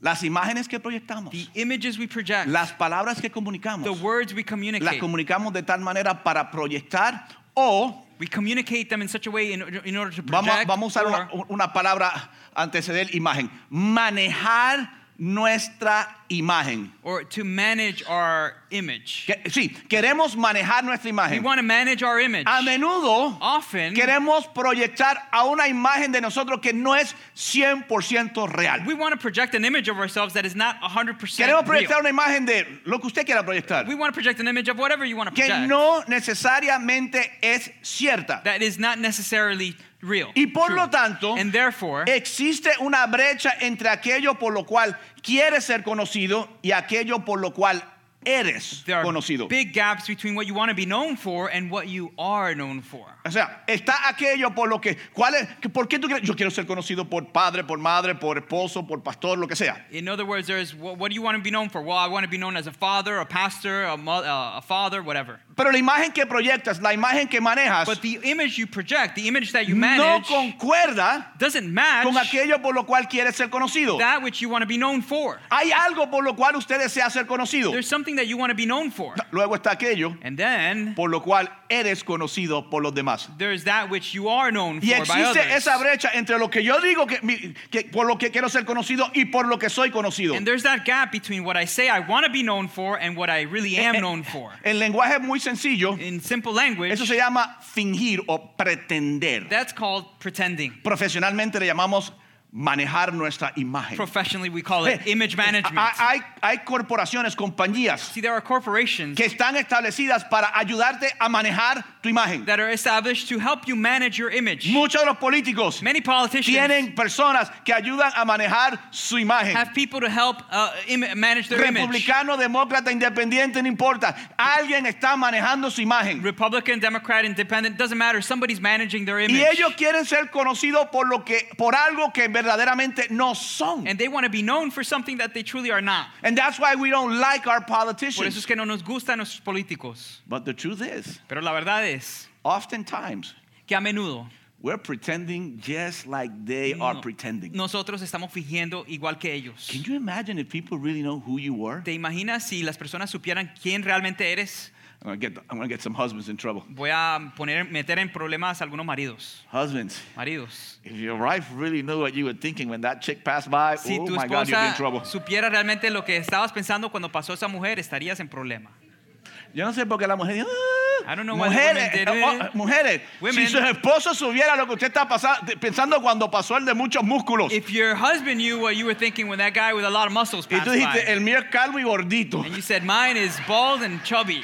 [SPEAKER 1] Las imágenes que proyectamos,
[SPEAKER 2] The images we project,
[SPEAKER 1] las palabras que
[SPEAKER 2] the
[SPEAKER 1] comunicamos,
[SPEAKER 2] words we
[SPEAKER 1] las
[SPEAKER 2] communicate,
[SPEAKER 1] comunicamos de tal manera para proyectar o
[SPEAKER 2] we communicate them in such a way in, in order to
[SPEAKER 1] vamos,
[SPEAKER 2] project
[SPEAKER 1] vamos a usar una,
[SPEAKER 2] or
[SPEAKER 1] una palabra anteceder imagen, manejar nuestra imagen.
[SPEAKER 2] or to manage our image.
[SPEAKER 1] Que- sí, queremos manejar nuestra
[SPEAKER 2] We
[SPEAKER 1] imagen.
[SPEAKER 2] want to manage our image.
[SPEAKER 1] A menudo
[SPEAKER 2] Often,
[SPEAKER 1] queremos proyectar a una imagen de nosotros que no es 100% real.
[SPEAKER 2] we want to project an image of ourselves that is not 100%
[SPEAKER 1] Queremos
[SPEAKER 2] real.
[SPEAKER 1] proyectar una imagen de lo que usted quiera proyectar,
[SPEAKER 2] We want to project an image of whatever you want to
[SPEAKER 1] que
[SPEAKER 2] project
[SPEAKER 1] no necesariamente es cierta.
[SPEAKER 2] that is not necessarily real.
[SPEAKER 1] Y por
[SPEAKER 2] true.
[SPEAKER 1] lo tanto,
[SPEAKER 2] and therefore,
[SPEAKER 1] existe una brecha entre aquello por lo cual quieres ser conocido y aquello por lo cual eres
[SPEAKER 2] there are
[SPEAKER 1] conocido.
[SPEAKER 2] big gaps between what you want to be known for and what you are known for.
[SPEAKER 1] O sea, está aquello por lo que, ¿cuál es, que- ¿por qué tú quieres? Yo quiero ser conocido por padre, por madre, por esposo, por pastor, lo que sea.
[SPEAKER 2] In other words, there's what, what do you want to be known for? Well, I want to be known as a father, a pastor, a, mo- uh, a father, whatever.
[SPEAKER 1] Pero la imagen que proyectas, la imagen que manejas,
[SPEAKER 2] But the image you project, the image that you
[SPEAKER 1] no
[SPEAKER 2] manage,
[SPEAKER 1] concuerda
[SPEAKER 2] doesn't match
[SPEAKER 1] con aquello por lo cual quieres ser conocido.
[SPEAKER 2] that which you want to be known for.
[SPEAKER 1] Hay algo por lo cual usted desea ser conocido.
[SPEAKER 2] There's something that you want to be known for.
[SPEAKER 1] Luego está aquello
[SPEAKER 2] And then
[SPEAKER 1] por lo cual eres conocido por los demás.
[SPEAKER 2] there's that which you are known
[SPEAKER 1] Y
[SPEAKER 2] for by
[SPEAKER 1] existe
[SPEAKER 2] others.
[SPEAKER 1] esa brecha entre lo que yo digo que, mi- que por lo que quiero ser conocido y por lo que soy conocido.
[SPEAKER 2] And there's that gap between what I say I want to be known for and what I really am
[SPEAKER 1] Eh, eh,
[SPEAKER 2] known for.
[SPEAKER 1] En lenguaje muy sencillo,
[SPEAKER 2] In simple language,
[SPEAKER 1] eso se llama fingir o pretender.
[SPEAKER 2] that's called pretending.
[SPEAKER 1] Profesionalmente le llamamos manejar nuestra imagen.
[SPEAKER 2] Professionally, we call
[SPEAKER 1] Eh,
[SPEAKER 2] it image management.
[SPEAKER 1] ha- Hay, hay corporaciones, compañías
[SPEAKER 2] See, there are corporations
[SPEAKER 1] que están establecidas para ayudarte a manejar tu imagen.
[SPEAKER 2] that are established to help you manage your image.
[SPEAKER 1] Muchos de los políticos
[SPEAKER 2] Many politicians
[SPEAKER 1] tienen personas que ayudan a manejar su imagen.
[SPEAKER 2] have people to help uh, im- manage their image.
[SPEAKER 1] Republicano, demócrata, independiente, no importa. Alguien está manejando su imagen.
[SPEAKER 2] Republican, Democrat, Independent, doesn't matter. Somebody's managing their image.
[SPEAKER 1] Y ellos quieren ser conocidos por lo que, por algo que verdaderamente no son.
[SPEAKER 2] and they want to be known for something that they truly are not.
[SPEAKER 1] And that's why we don't like our
[SPEAKER 2] Por eso es
[SPEAKER 1] politicians.
[SPEAKER 2] que no nos gustan nuestros políticos.
[SPEAKER 1] But the truth is,
[SPEAKER 2] Pero la verdad es
[SPEAKER 1] oftentimes
[SPEAKER 2] que a menudo
[SPEAKER 1] we're pretending just like they are
[SPEAKER 2] No.
[SPEAKER 1] pretending.
[SPEAKER 2] nosotros estamos fingiendo igual que ellos.
[SPEAKER 1] Can you imagine if people really know who you were?
[SPEAKER 2] ¿Te imaginas si las personas supieran quién realmente eres?
[SPEAKER 1] I'm gonna get, I'm gonna get some husbands in trouble.
[SPEAKER 2] Voy a poner, meter en problemas a algunos maridos.
[SPEAKER 1] Husbands,
[SPEAKER 2] Maridos.
[SPEAKER 1] if your wife really knew what you were thinking when that chick passed by,
[SPEAKER 2] Si
[SPEAKER 1] oh
[SPEAKER 2] tu
[SPEAKER 1] my God, you'd be in
[SPEAKER 2] esposa
[SPEAKER 1] trouble.
[SPEAKER 2] supiera realmente lo que estabas pensando cuando pasó esa mujer, estarías en problema.
[SPEAKER 1] Yo no sé por qué la mujer dice, "Ah,
[SPEAKER 2] I don't know why the
[SPEAKER 1] mujeres,
[SPEAKER 2] women did
[SPEAKER 1] eh,
[SPEAKER 2] it.
[SPEAKER 1] oh, mujeres, si
[SPEAKER 2] Women-
[SPEAKER 1] sus esposos subieran lo que usted está pasa- pensando cuando pasó el de muchos músculos.
[SPEAKER 2] If your husband knew what you were thinking when that guy with a lot of muscles
[SPEAKER 1] Y
[SPEAKER 2] passed
[SPEAKER 1] tú dijiste, "Eh,
[SPEAKER 2] by,
[SPEAKER 1] el mío es calvo y gordito.
[SPEAKER 2] and you said, mine is bald and chubby.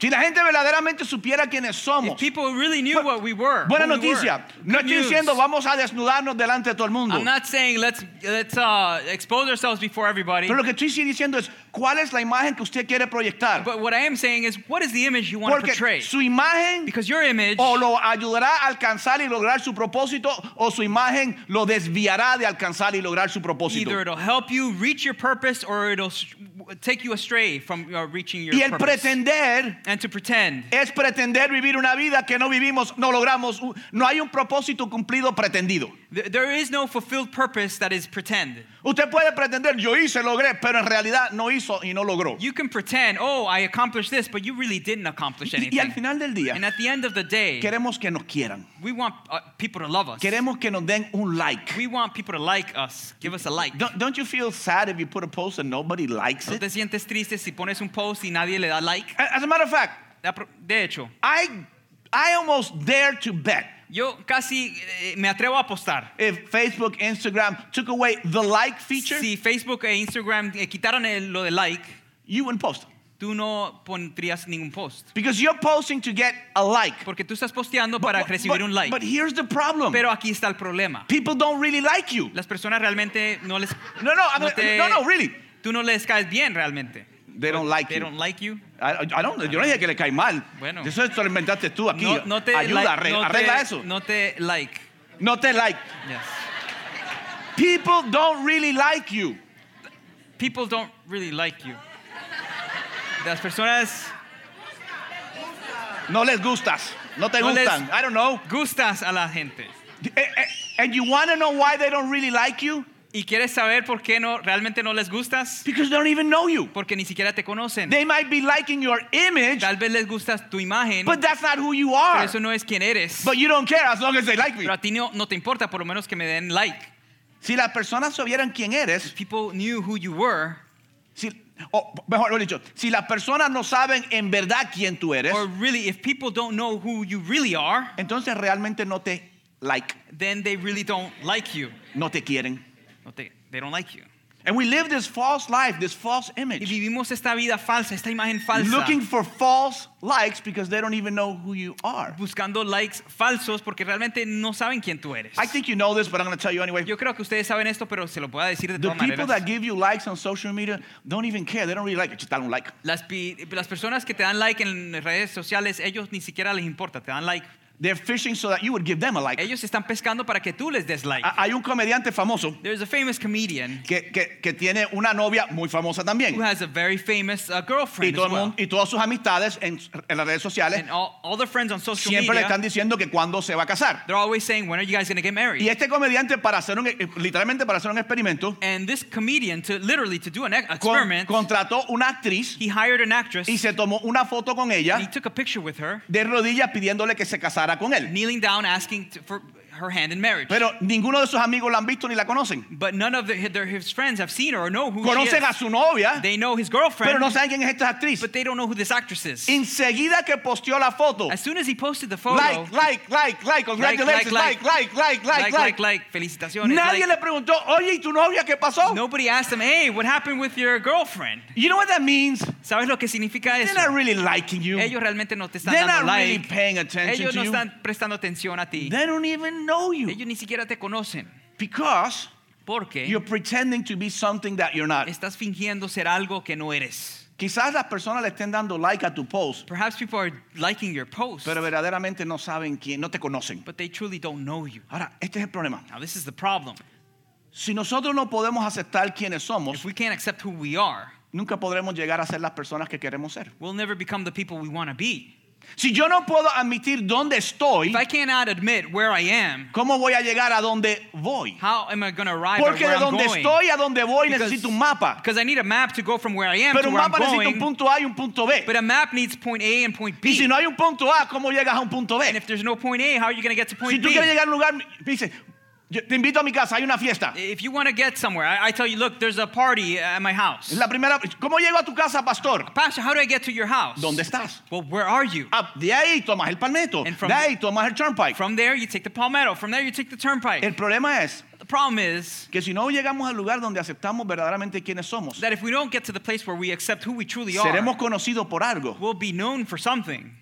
[SPEAKER 1] Si la gente verdaderamente supiera quiénes
[SPEAKER 2] If
[SPEAKER 1] somos.
[SPEAKER 2] people really knew what we were.
[SPEAKER 1] Buena
[SPEAKER 2] who we were,
[SPEAKER 1] noticia. No
[SPEAKER 2] good
[SPEAKER 1] estoy
[SPEAKER 2] news.
[SPEAKER 1] diciendo vamos a desnudarnos delante de todo el mundo.
[SPEAKER 2] I'm not saying let's, let's uh, expose ourselves before everybody.
[SPEAKER 1] Pero lo que estoy sí diciendo es, ¿cuál es la imagen que usted quiere proyectar?
[SPEAKER 2] But what I am saying is, what is the image you want to
[SPEAKER 1] Porque
[SPEAKER 2] portray?
[SPEAKER 1] su Oh, imagen
[SPEAKER 2] Because your image
[SPEAKER 1] o lo ayudará a alcanzar y lograr su propósito o su imagen lo desviará de alcanzar y lograr su propósito.
[SPEAKER 2] Either it'll help you reach your purpose or it'll s- w- take you astray from uh, reaching your
[SPEAKER 1] Y el
[SPEAKER 2] purpose.
[SPEAKER 1] pretender
[SPEAKER 2] and to pretend
[SPEAKER 1] es pretender vivir una vida que no vivimos, no logramos, no hay un propósito cumplido pretendido.
[SPEAKER 2] Th- There is no fulfilled purpose that is pretended.
[SPEAKER 1] Usted puede pretender, yo hice, logré, pero en realidad no hizo y no logró.
[SPEAKER 2] You can pretend, oh, I accomplished this, but you really didn't accomplish
[SPEAKER 1] Y, y al
[SPEAKER 2] anything.
[SPEAKER 1] final del día,
[SPEAKER 2] And at the end of the day,
[SPEAKER 1] queremos que nos quieran.
[SPEAKER 2] we want uh, people to love us.
[SPEAKER 1] Queremos que nos den un like.
[SPEAKER 2] We want people to like us. Give us a like.
[SPEAKER 1] Don't, don't you feel sad if you put a post and nobody likes
[SPEAKER 2] ¿No
[SPEAKER 1] it?
[SPEAKER 2] te sientes triste si pones un post y nadie le da like?
[SPEAKER 1] A- As a matter of fact,
[SPEAKER 2] La pro- De hecho,
[SPEAKER 1] I, I almost dare to bet
[SPEAKER 2] yo casi eh, me atrevo a apostar.
[SPEAKER 1] if Facebook, Instagram took away the like feature,
[SPEAKER 2] Si Facebook e Instagram eh, quitaran el- lo de like,
[SPEAKER 1] you wouldn't post.
[SPEAKER 2] tú no pondrías ningún post.
[SPEAKER 1] Because you're posting to get a like.
[SPEAKER 2] Porque tú estás posteando para recibir un like.
[SPEAKER 1] but um, here's the problem.
[SPEAKER 2] Pero aquí está el problema.
[SPEAKER 1] People don't really like you.
[SPEAKER 2] Las personas realmente no les...
[SPEAKER 1] No, no, I'm gonna-
[SPEAKER 2] te-
[SPEAKER 1] no, no, really.
[SPEAKER 2] Tú no les caes bien realmente.
[SPEAKER 1] They don't like
[SPEAKER 2] They
[SPEAKER 1] you.
[SPEAKER 2] don't like you.
[SPEAKER 1] I, I don't, yo no dije que le cae mal.
[SPEAKER 2] Bueno.
[SPEAKER 1] Eso te lo inventaste tú aquí.
[SPEAKER 2] No, no te
[SPEAKER 1] Ayuda,
[SPEAKER 2] like-
[SPEAKER 1] arre-
[SPEAKER 2] no te-
[SPEAKER 1] arregla eso.
[SPEAKER 2] No te like.
[SPEAKER 1] No te like.
[SPEAKER 2] Yes.
[SPEAKER 1] People don't really like you.
[SPEAKER 2] People don't really like you. Las personas
[SPEAKER 1] No les gustas. No te
[SPEAKER 2] No les-
[SPEAKER 1] gustan. I don't know.
[SPEAKER 2] gustas a la gente.
[SPEAKER 1] Eh, eh, And you want to know why they don't really like you?
[SPEAKER 2] ¿Y quieres saber por qué no realmente no les gustas?
[SPEAKER 1] Because they don't even know you.
[SPEAKER 2] Porque ni siquiera te conocen.
[SPEAKER 1] They might be liking your image,
[SPEAKER 2] Tal vez les gustas tu imagen,
[SPEAKER 1] but that's not who you
[SPEAKER 2] pero
[SPEAKER 1] are.
[SPEAKER 2] eso no es quién eres.
[SPEAKER 1] But you don't care as long as they like me.
[SPEAKER 2] Pero a ti no, no te importa, por lo menos que me den like.
[SPEAKER 1] Si las personas supieran quién eres,
[SPEAKER 2] People knew who you were,
[SPEAKER 1] si, o mejor dicho, si las personas no saben en verdad quién tú eres,
[SPEAKER 2] or really, if people don't know who you really are,
[SPEAKER 1] entonces realmente no te like,
[SPEAKER 2] then they really don't like you.
[SPEAKER 1] no te quieren.
[SPEAKER 2] No te- they don't like you.
[SPEAKER 1] And we live this false life, this false
[SPEAKER 2] Y
[SPEAKER 1] image,
[SPEAKER 2] vivimos esta vida falsa, esta imagen falsa,
[SPEAKER 1] looking for false likes because they don't even know who you are.
[SPEAKER 2] buscando likes falsos porque realmente no saben quién tú eres.
[SPEAKER 1] I think you know this, but I'm going to tell you anyway.
[SPEAKER 2] Yo creo que ustedes saben esto, pero se lo puedo decir de
[SPEAKER 1] The
[SPEAKER 2] todas
[SPEAKER 1] people
[SPEAKER 2] maneras.
[SPEAKER 1] that give you likes on social media don't even care. They don't really like it. Just don't like.
[SPEAKER 2] Las, pi- las personas que te dan like en redes sociales, ellos ni siquiera les importa, te dan like.
[SPEAKER 1] They're fishing so that you would give them a like.
[SPEAKER 2] Ellos están pescando para que tú les des like.
[SPEAKER 1] Ha- Hay un comediante famoso
[SPEAKER 2] There's a famous comedian
[SPEAKER 1] que, que- que tiene una novia muy famosa también.
[SPEAKER 2] who has a very famous uh,
[SPEAKER 1] Y,
[SPEAKER 2] girlfriend
[SPEAKER 1] todo
[SPEAKER 2] as
[SPEAKER 1] el
[SPEAKER 2] well.
[SPEAKER 1] mundo- y todas sus amistades en, en las redes sociales
[SPEAKER 2] And all, all the friends on social
[SPEAKER 1] siempre le
[SPEAKER 2] media,
[SPEAKER 1] están diciendo que cuándo se va a casar.
[SPEAKER 2] they're always saying, when are you guys going to get married?
[SPEAKER 1] Y este comediante, para hacer un, eh, literalmente para hacer un experimento,
[SPEAKER 2] And this comedian, to literally to do an ex-
[SPEAKER 1] con-
[SPEAKER 2] experiment,
[SPEAKER 1] contrató una actriz
[SPEAKER 2] he hired an actress
[SPEAKER 1] y se tomó una foto con
[SPEAKER 2] and he
[SPEAKER 1] ella
[SPEAKER 2] took a picture with her,
[SPEAKER 1] de rodillas pidiéndole que se casara con él.
[SPEAKER 2] kneeling down asking to, for her hand in marriage.
[SPEAKER 1] Pero ninguno de sus amigos la han visto ni la conocen.
[SPEAKER 2] but none of the, their, his friends have seen her or know who she
[SPEAKER 1] Conocen a
[SPEAKER 2] is.
[SPEAKER 1] su novia,
[SPEAKER 2] They know his
[SPEAKER 1] pero
[SPEAKER 2] girlfriend,
[SPEAKER 1] no saben quién es esta actriz.
[SPEAKER 2] but they don't know who this actress is.
[SPEAKER 1] Enseguida que posteó la foto,
[SPEAKER 2] As soon as he posted the photo,
[SPEAKER 1] like, like, like, like, congratulations, like,
[SPEAKER 2] like,
[SPEAKER 1] like, like, like, like.
[SPEAKER 2] felicitaciones.
[SPEAKER 1] Nadie
[SPEAKER 2] like.
[SPEAKER 1] le preguntó, oye, ¿y tu novia qué pasó?
[SPEAKER 2] Nobody asked him, hey, what happened with your girlfriend?
[SPEAKER 1] You know what that means?
[SPEAKER 2] ¿Sabes lo que significa
[SPEAKER 1] They're not
[SPEAKER 2] eso?
[SPEAKER 1] really liking you.
[SPEAKER 2] Ellos realmente no te están
[SPEAKER 1] They're
[SPEAKER 2] dando
[SPEAKER 1] not really
[SPEAKER 2] like.
[SPEAKER 1] paying attention
[SPEAKER 2] Ellos
[SPEAKER 1] to
[SPEAKER 2] no
[SPEAKER 1] you.
[SPEAKER 2] están prestando atención a ti.
[SPEAKER 1] They don't even know you
[SPEAKER 2] Ellos ni siquiera te conocen.
[SPEAKER 1] because you're
[SPEAKER 2] Porque
[SPEAKER 1] pretending to be something that you're not.
[SPEAKER 2] estás fingiendo ser algo que no eres.
[SPEAKER 1] Quizás las personas le estén dando like a tu post,
[SPEAKER 2] Perhaps people are liking your post,
[SPEAKER 1] pero verdaderamente no saben quién, no te conocen.
[SPEAKER 2] but they truly don't know you.
[SPEAKER 1] Ahora, este es el problema.
[SPEAKER 2] Now, this is the problem.
[SPEAKER 1] Si nosotros no podemos aceptar quiénes
[SPEAKER 2] If
[SPEAKER 1] somos,
[SPEAKER 2] we can't accept who we are,
[SPEAKER 1] nunca podremos llegar a ser las personas que queremos ser.
[SPEAKER 2] we'll never become the people we want to be.
[SPEAKER 1] Si yo no puedo admitir dónde estoy,
[SPEAKER 2] If I cannot admit where I am,
[SPEAKER 1] ¿cómo voy a llegar a donde voy?
[SPEAKER 2] How am I going to arrive at
[SPEAKER 1] Porque
[SPEAKER 2] where
[SPEAKER 1] de
[SPEAKER 2] I'm
[SPEAKER 1] donde
[SPEAKER 2] going?
[SPEAKER 1] estoy a donde voy
[SPEAKER 2] Because-
[SPEAKER 1] necesito un mapa.
[SPEAKER 2] Because I need a map to go from where I am
[SPEAKER 1] Pero
[SPEAKER 2] to
[SPEAKER 1] un
[SPEAKER 2] where I'm
[SPEAKER 1] mapa necesita
[SPEAKER 2] going.
[SPEAKER 1] un punto A y un punto B.
[SPEAKER 2] But a map needs point A and point
[SPEAKER 1] Y
[SPEAKER 2] B.
[SPEAKER 1] si no hay un punto A, ¿cómo llegas a un punto
[SPEAKER 2] and
[SPEAKER 1] B?
[SPEAKER 2] if there's no point A, how are you going to get to point
[SPEAKER 1] Si tú
[SPEAKER 2] B?
[SPEAKER 1] quieres llegar a un lugar, dice, yo te invito a mi casa, hay una fiesta.
[SPEAKER 2] If you want to get somewhere, I, I tell you, look, there's a party at my house.
[SPEAKER 1] Es la primera, ¿cómo llego a tu casa, pastor?
[SPEAKER 2] Pastor, how do I get to your house?
[SPEAKER 1] ¿Dónde estás?
[SPEAKER 2] Well, where are you?
[SPEAKER 1] Ah, de ahí tomas el palmetto,
[SPEAKER 2] And from-
[SPEAKER 1] de ahí tomas el turnpike.
[SPEAKER 2] From there, you take the Palmetto. From there, you take the Turnpike.
[SPEAKER 1] El problema es
[SPEAKER 2] the problem is
[SPEAKER 1] que si no llegamos al lugar donde aceptamos verdaderamente quiénes somos,
[SPEAKER 2] that if we don't get to the place where we accept who we truly
[SPEAKER 1] seremos
[SPEAKER 2] are,
[SPEAKER 1] conocidos por algo,
[SPEAKER 2] we'll be known for something,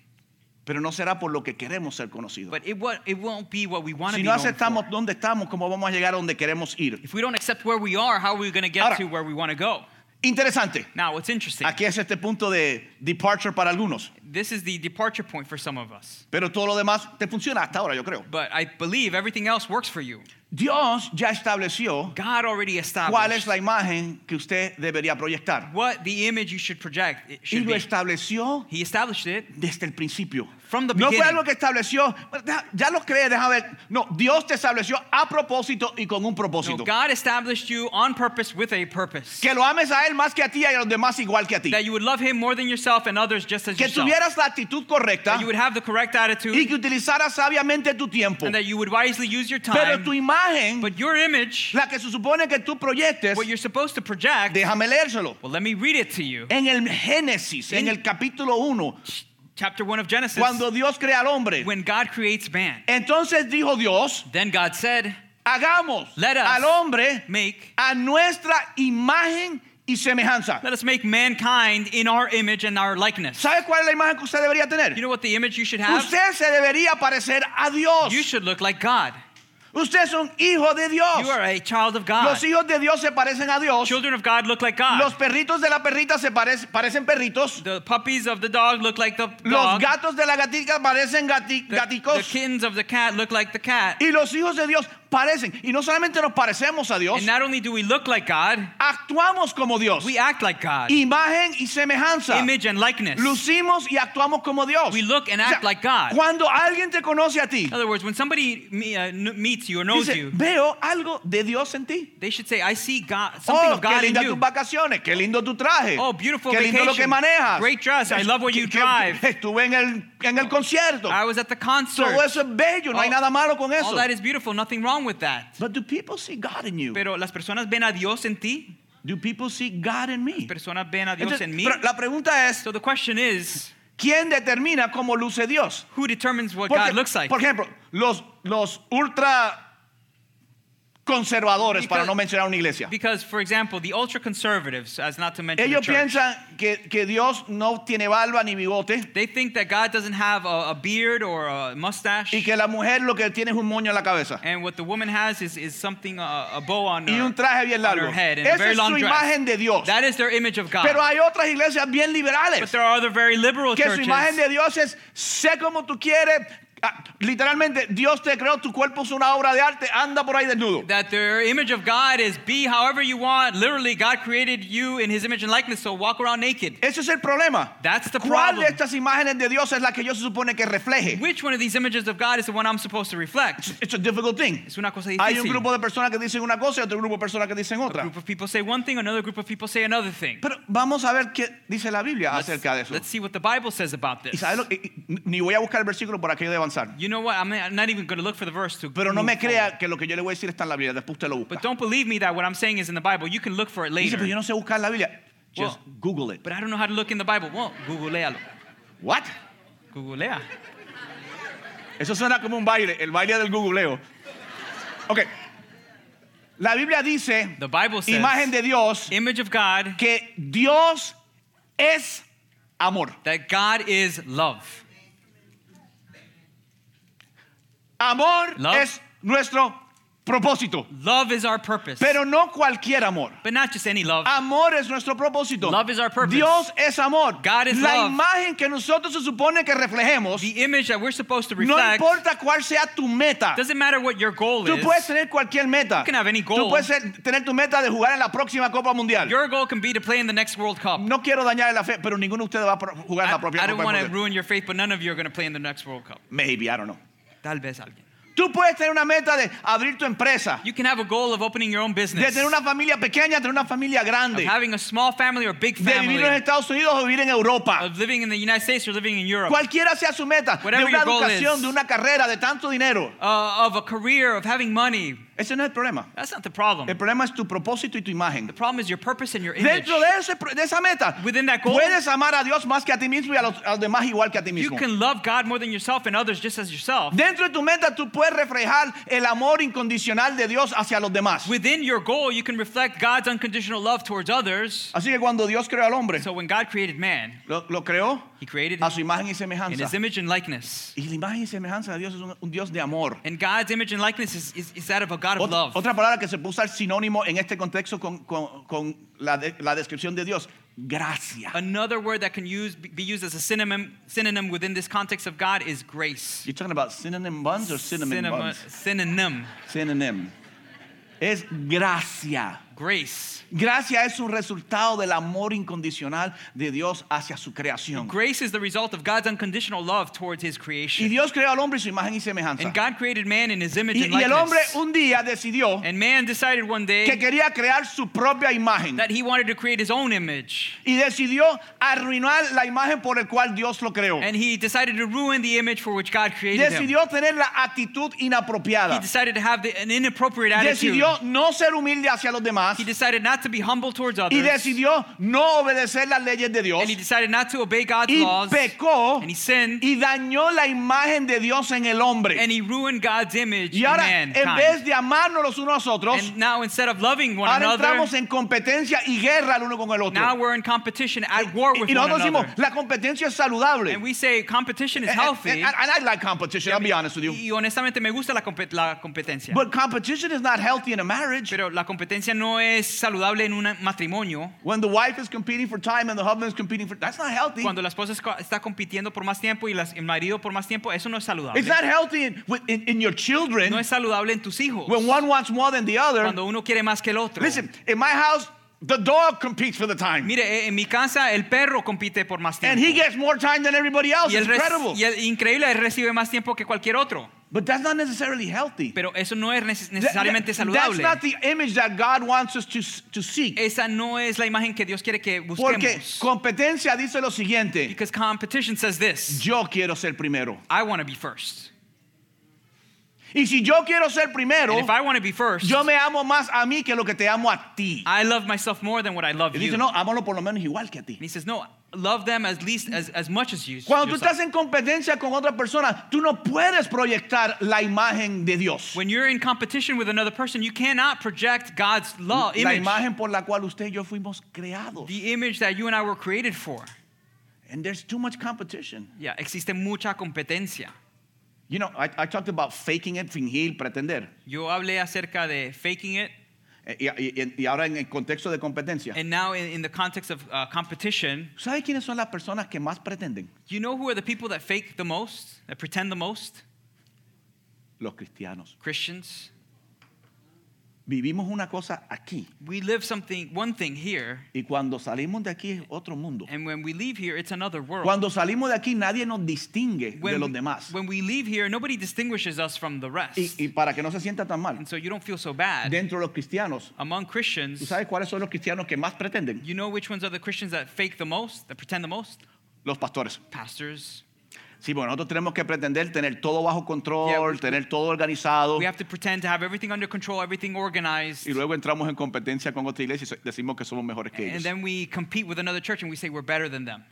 [SPEAKER 1] pero no será por lo que queremos ser conocidos.
[SPEAKER 2] but it, wa- it won't be what we want to
[SPEAKER 1] Si
[SPEAKER 2] be
[SPEAKER 1] no
[SPEAKER 2] known for.
[SPEAKER 1] aceptamos dónde estamos, ¿cómo vamos a llegar a donde queremos ir?
[SPEAKER 2] If we don't accept where we are, how are we going to get
[SPEAKER 1] Ahora-
[SPEAKER 2] to where we want to go?
[SPEAKER 1] Interesante.
[SPEAKER 2] Now, what's interesting
[SPEAKER 1] Aquí es este punto de departure para algunos,
[SPEAKER 2] This is the departure point for some of us.
[SPEAKER 1] pero todo lo demás te funciona hasta ahora, yo creo.
[SPEAKER 2] But I believe everything else works for you.
[SPEAKER 1] Dios ya estableció
[SPEAKER 2] God already
[SPEAKER 1] cuál
[SPEAKER 2] established
[SPEAKER 1] es la imagen que usted debería proyectar.
[SPEAKER 2] what the image you should project it
[SPEAKER 1] Y
[SPEAKER 2] should
[SPEAKER 1] lo
[SPEAKER 2] be.
[SPEAKER 1] estableció
[SPEAKER 2] He established it.
[SPEAKER 1] desde el principio.
[SPEAKER 2] From the
[SPEAKER 1] no fue
[SPEAKER 2] beginning.
[SPEAKER 1] algo que estableció, "Bueno, deja- ya lo crees, deja ver. No, Dios te estableció a propósito y con un
[SPEAKER 2] No,
[SPEAKER 1] propósito.
[SPEAKER 2] God established you on purpose with a purpose.
[SPEAKER 1] que lo ames a Él más que a ti y a los demás igual que a ti.
[SPEAKER 2] That you would love Him more than yourself and others just as
[SPEAKER 1] Que
[SPEAKER 2] yourself.
[SPEAKER 1] tuvieras la actitud correcta
[SPEAKER 2] That you would have the correct
[SPEAKER 1] y
[SPEAKER 2] attitude
[SPEAKER 1] que utilizaras sabiamente tu tiempo.
[SPEAKER 2] and that you would wisely use your
[SPEAKER 1] Pero
[SPEAKER 2] time.
[SPEAKER 1] tu imagen,
[SPEAKER 2] But your image,
[SPEAKER 1] la que se supone que tú proyectes,
[SPEAKER 2] what you're supposed to project,
[SPEAKER 1] déjame leérselo.
[SPEAKER 2] well, let me read it to you.
[SPEAKER 1] En el Génesis, en
[SPEAKER 2] In-
[SPEAKER 1] el capítulo 1,
[SPEAKER 2] Chapter 1 of Genesis.
[SPEAKER 1] cuando Dios crea al hombre,
[SPEAKER 2] When God creates man,
[SPEAKER 1] entonces dijo Dios,
[SPEAKER 2] then God said,
[SPEAKER 1] hagamos
[SPEAKER 2] Let us-
[SPEAKER 1] al hombre
[SPEAKER 2] Make,
[SPEAKER 1] a nuestra imagen y semejanza.
[SPEAKER 2] let us make mankind in our image and our likeness.
[SPEAKER 1] ¿Sabe cuál es la imagen que usted debería
[SPEAKER 2] You
[SPEAKER 1] tener?
[SPEAKER 2] know what the image you should have?
[SPEAKER 1] Usted se debería parecer a Dios.
[SPEAKER 2] You should look like God.
[SPEAKER 1] Usted es un hijo de Dios.
[SPEAKER 2] You are a child of God.
[SPEAKER 1] Los hijos de Dios se parecen a Dios.
[SPEAKER 2] Children of God look like God.
[SPEAKER 1] Los perritos de la perrita se parec- parecen perritos.
[SPEAKER 2] the puppies of the dog look like the
[SPEAKER 1] Los
[SPEAKER 2] dog.
[SPEAKER 1] gatos de la gatica parecen gati-
[SPEAKER 2] the, the
[SPEAKER 1] gaticos.
[SPEAKER 2] kittens of the cat look like the cat.
[SPEAKER 1] Y los hijos de Dios parecen. Y no solamente nos parecemos a Dios,
[SPEAKER 2] And not only do we look like God,
[SPEAKER 1] actuamos como Dios.
[SPEAKER 2] we act like God.
[SPEAKER 1] Imagen y semejanza.
[SPEAKER 2] Image and likeness.
[SPEAKER 1] Lucimos y actuamos como Dios.
[SPEAKER 2] We look and
[SPEAKER 1] O sea,
[SPEAKER 2] act like God.
[SPEAKER 1] Cuando alguien te conoce a ti,
[SPEAKER 2] In other words, when somebody me- uh, kn- meets you or knows
[SPEAKER 1] dice,
[SPEAKER 2] you,
[SPEAKER 1] veo algo de Dios en ti.
[SPEAKER 2] they should say, I see God, something
[SPEAKER 1] Oh,
[SPEAKER 2] of
[SPEAKER 1] qué
[SPEAKER 2] God in
[SPEAKER 1] lindas
[SPEAKER 2] you.
[SPEAKER 1] tus vacaciones, qué lindo tu traje.
[SPEAKER 2] Oh, beautiful
[SPEAKER 1] qué lindo lo que
[SPEAKER 2] vacation.
[SPEAKER 1] manejas.
[SPEAKER 2] Great dress. I love what you
[SPEAKER 1] Que- que-
[SPEAKER 2] drive.
[SPEAKER 1] Estuve en el, en el concierto.
[SPEAKER 2] I was at the concert.
[SPEAKER 1] Todo eso es bello, no hay
[SPEAKER 2] All-
[SPEAKER 1] nada malo con
[SPEAKER 2] All
[SPEAKER 1] eso.
[SPEAKER 2] that is beautiful, nothing wrong with that.
[SPEAKER 1] But do people see God in you?
[SPEAKER 2] Pero las personas ven a Dios en ti.
[SPEAKER 1] Do people see God in me?
[SPEAKER 2] Personas ven a Dios
[SPEAKER 1] Entonces,
[SPEAKER 2] en mí.
[SPEAKER 1] pero la pregunta es,
[SPEAKER 2] So the question is,
[SPEAKER 1] ¿quién determina cómo luce Dios?
[SPEAKER 2] who determines what
[SPEAKER 1] Porque,
[SPEAKER 2] God looks like?
[SPEAKER 1] Por ejemplo, los, los ultra conservadores, para
[SPEAKER 2] Because-
[SPEAKER 1] no mencionar una iglesia,
[SPEAKER 2] Because, for example, the ultra conservatives, as not to mention the
[SPEAKER 1] ellos
[SPEAKER 2] church,
[SPEAKER 1] piensan que, que Dios no tiene barba ni bigote
[SPEAKER 2] they think that God doesn't have a, a beard or a mustache,
[SPEAKER 1] y que la mujer lo que tiene es un moño en la cabeza.
[SPEAKER 2] and what the woman has is, is something, uh, a bow on
[SPEAKER 1] y
[SPEAKER 2] her,
[SPEAKER 1] un traje bien
[SPEAKER 2] on
[SPEAKER 1] largo.
[SPEAKER 2] her head, and a
[SPEAKER 1] Esa
[SPEAKER 2] very
[SPEAKER 1] es
[SPEAKER 2] long
[SPEAKER 1] su
[SPEAKER 2] dress.
[SPEAKER 1] imagen de Dios.
[SPEAKER 2] That is their image of God.
[SPEAKER 1] Pero hay otras iglesias bien
[SPEAKER 2] but
[SPEAKER 1] liberales
[SPEAKER 2] there are other very liberal
[SPEAKER 1] que su
[SPEAKER 2] churches
[SPEAKER 1] imagen de Dios es sé como tú quieres. Ah, Literalmente, Dios te creó, tu cuerpo es una obra de arte, anda por ahí desnudo.
[SPEAKER 2] that their image of God is be however you want. Literally, God created you in his image and likeness, so walk around naked.
[SPEAKER 1] Ese es el problema.
[SPEAKER 2] That's the
[SPEAKER 1] ¿Cuál de
[SPEAKER 2] problem.
[SPEAKER 1] estas imágenes de Dios es la que yo se supone que refleje?
[SPEAKER 2] Which one of these images of God is the one I'm supposed to reflect?
[SPEAKER 1] It's a difficult thing.
[SPEAKER 2] Es una cosa
[SPEAKER 1] Hay un
[SPEAKER 2] difícil.
[SPEAKER 1] grupo de personas que dicen una cosa y otro grupo de personas que dicen
[SPEAKER 2] A
[SPEAKER 1] otra.
[SPEAKER 2] group of people say one thing, another group of people say another thing.
[SPEAKER 1] Pero vamos a ver qué dice la Biblia acerca de eso.
[SPEAKER 2] Let's see what the Bible says about
[SPEAKER 1] Y
[SPEAKER 2] this.
[SPEAKER 1] sabe lo- y- y- ni voy a buscar el versículo por aquello de avanzar.
[SPEAKER 2] You know what? I'm not I'm not even going to look for the verse to.
[SPEAKER 1] Pero no
[SPEAKER 2] move
[SPEAKER 1] me
[SPEAKER 2] forward.
[SPEAKER 1] crea que lo que yo le voy a decir está en la Biblia, después usted lo busca.
[SPEAKER 2] But don't believe me that what I'm saying is in the Bible. You can look for it
[SPEAKER 1] Dice,
[SPEAKER 2] later.
[SPEAKER 1] pero yo no sé buscar en la Biblia. Just
[SPEAKER 2] Well,
[SPEAKER 1] Google it.
[SPEAKER 2] But I don't know how to look in the Bible. Well, googlealo.
[SPEAKER 1] What?
[SPEAKER 2] Googlea.
[SPEAKER 1] Eso suena como un baile, el baile del googleo. Ok. La Biblia dice,
[SPEAKER 2] The Bible says,
[SPEAKER 1] imagen de Dios,
[SPEAKER 2] image of God,
[SPEAKER 1] que Dios es amor.
[SPEAKER 2] that God is love.
[SPEAKER 1] Amor
[SPEAKER 2] Love.
[SPEAKER 1] es nuestro propósito,
[SPEAKER 2] Love is our purpose.
[SPEAKER 1] pero Ah, no cualquier amor.
[SPEAKER 2] but not just any love.
[SPEAKER 1] Amor es nuestro propósito.
[SPEAKER 2] Love is our purpose.
[SPEAKER 1] Dios es amor.
[SPEAKER 2] God is
[SPEAKER 1] la
[SPEAKER 2] love.
[SPEAKER 1] imagen que nosotros se supone que reflejemos,
[SPEAKER 2] the image that we're supposed to
[SPEAKER 1] no
[SPEAKER 2] reflect
[SPEAKER 1] importa cuál sea tu meta.
[SPEAKER 2] doesn't matter what your goal
[SPEAKER 1] Tú
[SPEAKER 2] is.
[SPEAKER 1] puedes tener cualquier meta.
[SPEAKER 2] can have any
[SPEAKER 1] Tú
[SPEAKER 2] goal.
[SPEAKER 1] puedes ser- tener tu meta de jugar en la próxima Copa Mundial.
[SPEAKER 2] Your goal can be to play in the next World Cup.
[SPEAKER 1] no quiero dañar la fe, pero ninguno de ustedes va a pro- jugar en
[SPEAKER 2] I,
[SPEAKER 1] la propia
[SPEAKER 2] I don't
[SPEAKER 1] Copa
[SPEAKER 2] want to
[SPEAKER 1] Mundial.
[SPEAKER 2] ruin your faith, but none of you are going to play in the next World Cup.
[SPEAKER 1] Maybe, I don't know.
[SPEAKER 2] Tal vez alguien.
[SPEAKER 1] Tú puedes tener una meta de abrir tu empresa,
[SPEAKER 2] You can have a goal of opening your own
[SPEAKER 1] de
[SPEAKER 2] business,
[SPEAKER 1] tener una familia pequeña, tener una familia
[SPEAKER 2] of
[SPEAKER 1] grande,
[SPEAKER 2] having a small family or big
[SPEAKER 1] de vivir
[SPEAKER 2] family,
[SPEAKER 1] en Estados Unidos o vivir en Europa.
[SPEAKER 2] of living in the United States or living in Europe,
[SPEAKER 1] Cualquiera sea su meta, de
[SPEAKER 2] Whatever
[SPEAKER 1] una
[SPEAKER 2] your goal
[SPEAKER 1] educación,
[SPEAKER 2] is.
[SPEAKER 1] de una carrera, de tanto dinero.
[SPEAKER 2] uh, of a career, of having money.
[SPEAKER 1] Ese no es el problema.
[SPEAKER 2] That's not the problem.
[SPEAKER 1] El problema es tu propósito y tu imagen.
[SPEAKER 2] The problem is your purpose and your image.
[SPEAKER 1] Dentro de, ese pro- de esa meta,
[SPEAKER 2] Within that goal-
[SPEAKER 1] puedes amar a Dios más que a ti mismo y a los, a los demás igual que a ti
[SPEAKER 2] You
[SPEAKER 1] mismo.
[SPEAKER 2] can love God more than yourself and others just as yourself.
[SPEAKER 1] Dentro de tu meta tú puedes reflejar el amor incondicional de Dios hacia los demás.
[SPEAKER 2] Within your goal, you can reflect God's unconditional love towards others.
[SPEAKER 1] Así que cuando Dios creó al hombre,
[SPEAKER 2] So when God created man,
[SPEAKER 1] lo, lo creó
[SPEAKER 2] He created
[SPEAKER 1] a
[SPEAKER 2] him
[SPEAKER 1] su imagen y
[SPEAKER 2] in
[SPEAKER 1] semejanza.
[SPEAKER 2] His image and likeness.
[SPEAKER 1] Y la imagen y semejanza de Dios es un, un Dios de amor.
[SPEAKER 2] And God's image and likeness is, is, is that of a God of
[SPEAKER 1] Ot-
[SPEAKER 2] love.
[SPEAKER 1] otra palabra que se puso al sinónimo en este contexto con, con- con la, de- la descripción de Dios, gracia.
[SPEAKER 2] Another word that can use, be used as a synonym, synonym within this context of God is grace.
[SPEAKER 1] You talking about synonym buns or cinnamon
[SPEAKER 2] Synoma-
[SPEAKER 1] buns?
[SPEAKER 2] Synonym.
[SPEAKER 1] Synonym. Es gracia.
[SPEAKER 2] Grace.
[SPEAKER 1] Gracia es un resultado del amor incondicional de Dios hacia su creación.
[SPEAKER 2] Grace is the result of God's unconditional love towards his
[SPEAKER 1] Y
[SPEAKER 2] creation.
[SPEAKER 1] Dios creó al hombre en su imagen y semejanza.
[SPEAKER 2] And God created man in his image
[SPEAKER 1] Y,
[SPEAKER 2] and
[SPEAKER 1] y el hombre
[SPEAKER 2] likeness.
[SPEAKER 1] un día decidió
[SPEAKER 2] And man decided one
[SPEAKER 1] que
[SPEAKER 2] day
[SPEAKER 1] quería crear su propia imagen.
[SPEAKER 2] that he wanted to create his own image.
[SPEAKER 1] Y decidió arruinar la imagen por el cual Dios lo creó.
[SPEAKER 2] And he decided to ruin the image for which God created him.
[SPEAKER 1] Decidió tener la actitud
[SPEAKER 2] He
[SPEAKER 1] inapropiada.
[SPEAKER 2] decided to have the, an inappropriate attitude.
[SPEAKER 1] Decidió no ser humilde hacia los demás.
[SPEAKER 2] He decided not to be humble towards
[SPEAKER 1] Y
[SPEAKER 2] others.
[SPEAKER 1] decidió no obedecer las leyes de Dios.
[SPEAKER 2] And he decided not to obey God's
[SPEAKER 1] Y
[SPEAKER 2] laws.
[SPEAKER 1] pecó
[SPEAKER 2] And he sinned.
[SPEAKER 1] y dañó la imagen de Dios en el hombre.
[SPEAKER 2] And he ruined God's image
[SPEAKER 1] Y ahora,
[SPEAKER 2] in
[SPEAKER 1] en
[SPEAKER 2] mankind.
[SPEAKER 1] vez de amarnos los unos a los otros,
[SPEAKER 2] and now instead of loving one
[SPEAKER 1] ahora entramos
[SPEAKER 2] another,
[SPEAKER 1] en competencia y guerra el uno con el
[SPEAKER 2] now
[SPEAKER 1] otro.
[SPEAKER 2] we're in competition at war with
[SPEAKER 1] Y, y
[SPEAKER 2] one
[SPEAKER 1] nosotros decimos, eh,
[SPEAKER 2] another.
[SPEAKER 1] la competencia es saludable.
[SPEAKER 2] And we say competition is
[SPEAKER 1] And- and-
[SPEAKER 2] healthy.
[SPEAKER 1] And, and I like competition, ah, I'll be honest with you.
[SPEAKER 2] Y honestamente me gusta la, compet- la competencia.
[SPEAKER 1] But competition is not healthy in a marriage.
[SPEAKER 2] Pero la competencia no es saludable en un matrimonio.
[SPEAKER 1] When the wife is competing for time and the husband is competing for that's not healthy.
[SPEAKER 2] Cuando la esposa esco- está compitiendo por más tiempo y las- el marido por más tiempo, eso no es saludable.
[SPEAKER 1] It's not healthy in, with- in, in your children
[SPEAKER 2] No es saludable en tus hijos.
[SPEAKER 1] when one wants more than the other.
[SPEAKER 2] Cuando uno quiere más que el otro.
[SPEAKER 1] Listen, in my house, the dog competes for the time.
[SPEAKER 2] Mire, eh, en mi casa el perro compite por más
[SPEAKER 1] And
[SPEAKER 2] tiempo.
[SPEAKER 1] he gets more time than everybody else.
[SPEAKER 2] y
[SPEAKER 1] It's
[SPEAKER 2] él rec-
[SPEAKER 1] incredible.
[SPEAKER 2] y él- increíble, él recibe más tiempo que cualquier otro.
[SPEAKER 1] But that's not necessarily healthy.
[SPEAKER 2] Pero eso no es neces-
[SPEAKER 1] That- that-
[SPEAKER 2] necesariamente
[SPEAKER 1] that's
[SPEAKER 2] saludable.
[SPEAKER 1] not the image that God wants us to, s- to seek.
[SPEAKER 2] Esa no es la imagen que Dios quiere que
[SPEAKER 1] Porque
[SPEAKER 2] busquemos.
[SPEAKER 1] competencia dice lo siguiente:
[SPEAKER 2] Because competition says this,
[SPEAKER 1] Yo quiero ser primero.
[SPEAKER 2] I want to be first.
[SPEAKER 1] Y si yo quiero ser primero,
[SPEAKER 2] And if I want to be first,
[SPEAKER 1] yo me amo más a mí que lo que te amo a ti.
[SPEAKER 2] I love myself more than what I love
[SPEAKER 1] Y
[SPEAKER 2] Ah, you.
[SPEAKER 1] dice, no, ámalo por lo menos igual que a ti.
[SPEAKER 2] And he says, no, love them at least as, as much as you.
[SPEAKER 1] Cuando tú
[SPEAKER 2] yourself.
[SPEAKER 1] estás en competencia con otra persona, tú no puedes proyectar la imagen de Dios.
[SPEAKER 2] When you're in competition with another person, you cannot project God's law,
[SPEAKER 1] La
[SPEAKER 2] image,
[SPEAKER 1] imagen por la cual usted y yo fuimos creados.
[SPEAKER 2] the image that you and I were created for.
[SPEAKER 1] And there's too much competition.
[SPEAKER 2] Yeah, existe mucha competencia.
[SPEAKER 1] You know, I, I talked about faking it, fingir, pretender.
[SPEAKER 2] Yo hablé acerca de faking it,
[SPEAKER 1] Eh, Y, y- y ahora en el contexto de competencia.
[SPEAKER 2] and now in, in the context of uh, competition,
[SPEAKER 1] ¿Sabe quiénes son las personas que más pretenden?
[SPEAKER 2] you know who are the people that fake the most, that pretend the most?
[SPEAKER 1] Los cristianos.
[SPEAKER 2] Christians.
[SPEAKER 1] Vivimos una cosa aquí
[SPEAKER 2] We live something, one thing here,
[SPEAKER 1] y cuando salimos de aquí es otro mundo.
[SPEAKER 2] and when we leave here, it's another world.
[SPEAKER 1] Cuando salimos de aquí nadie nos distingue de los
[SPEAKER 2] we-
[SPEAKER 1] demás.
[SPEAKER 2] when we leave here, nobody distinguishes us from the rest.
[SPEAKER 1] Y, y para que no se sienta tan mal,
[SPEAKER 2] and so you don't feel so bad.
[SPEAKER 1] dentro de los cristianos,
[SPEAKER 2] Among
[SPEAKER 1] ¿tú
[SPEAKER 2] Christians,
[SPEAKER 1] sabes cuáles son los cristianos que más pretenden?
[SPEAKER 2] you know which ones are the Christians that fake the most, that pretend the most?
[SPEAKER 1] Los pastores.
[SPEAKER 2] Pastors.
[SPEAKER 1] Sí, bueno, nosotros tenemos que pretender tener todo bajo
[SPEAKER 2] Yeah,
[SPEAKER 1] control,
[SPEAKER 2] we-
[SPEAKER 1] tener todo organizado.
[SPEAKER 2] We have to pretend to have everything under control, everything organized.
[SPEAKER 1] Oh. Y luego entramos en competencia con otra iglesia y so- decimos que somos mejores que
[SPEAKER 2] And
[SPEAKER 1] ellos.
[SPEAKER 2] then we compete with another church and we say we're better than them.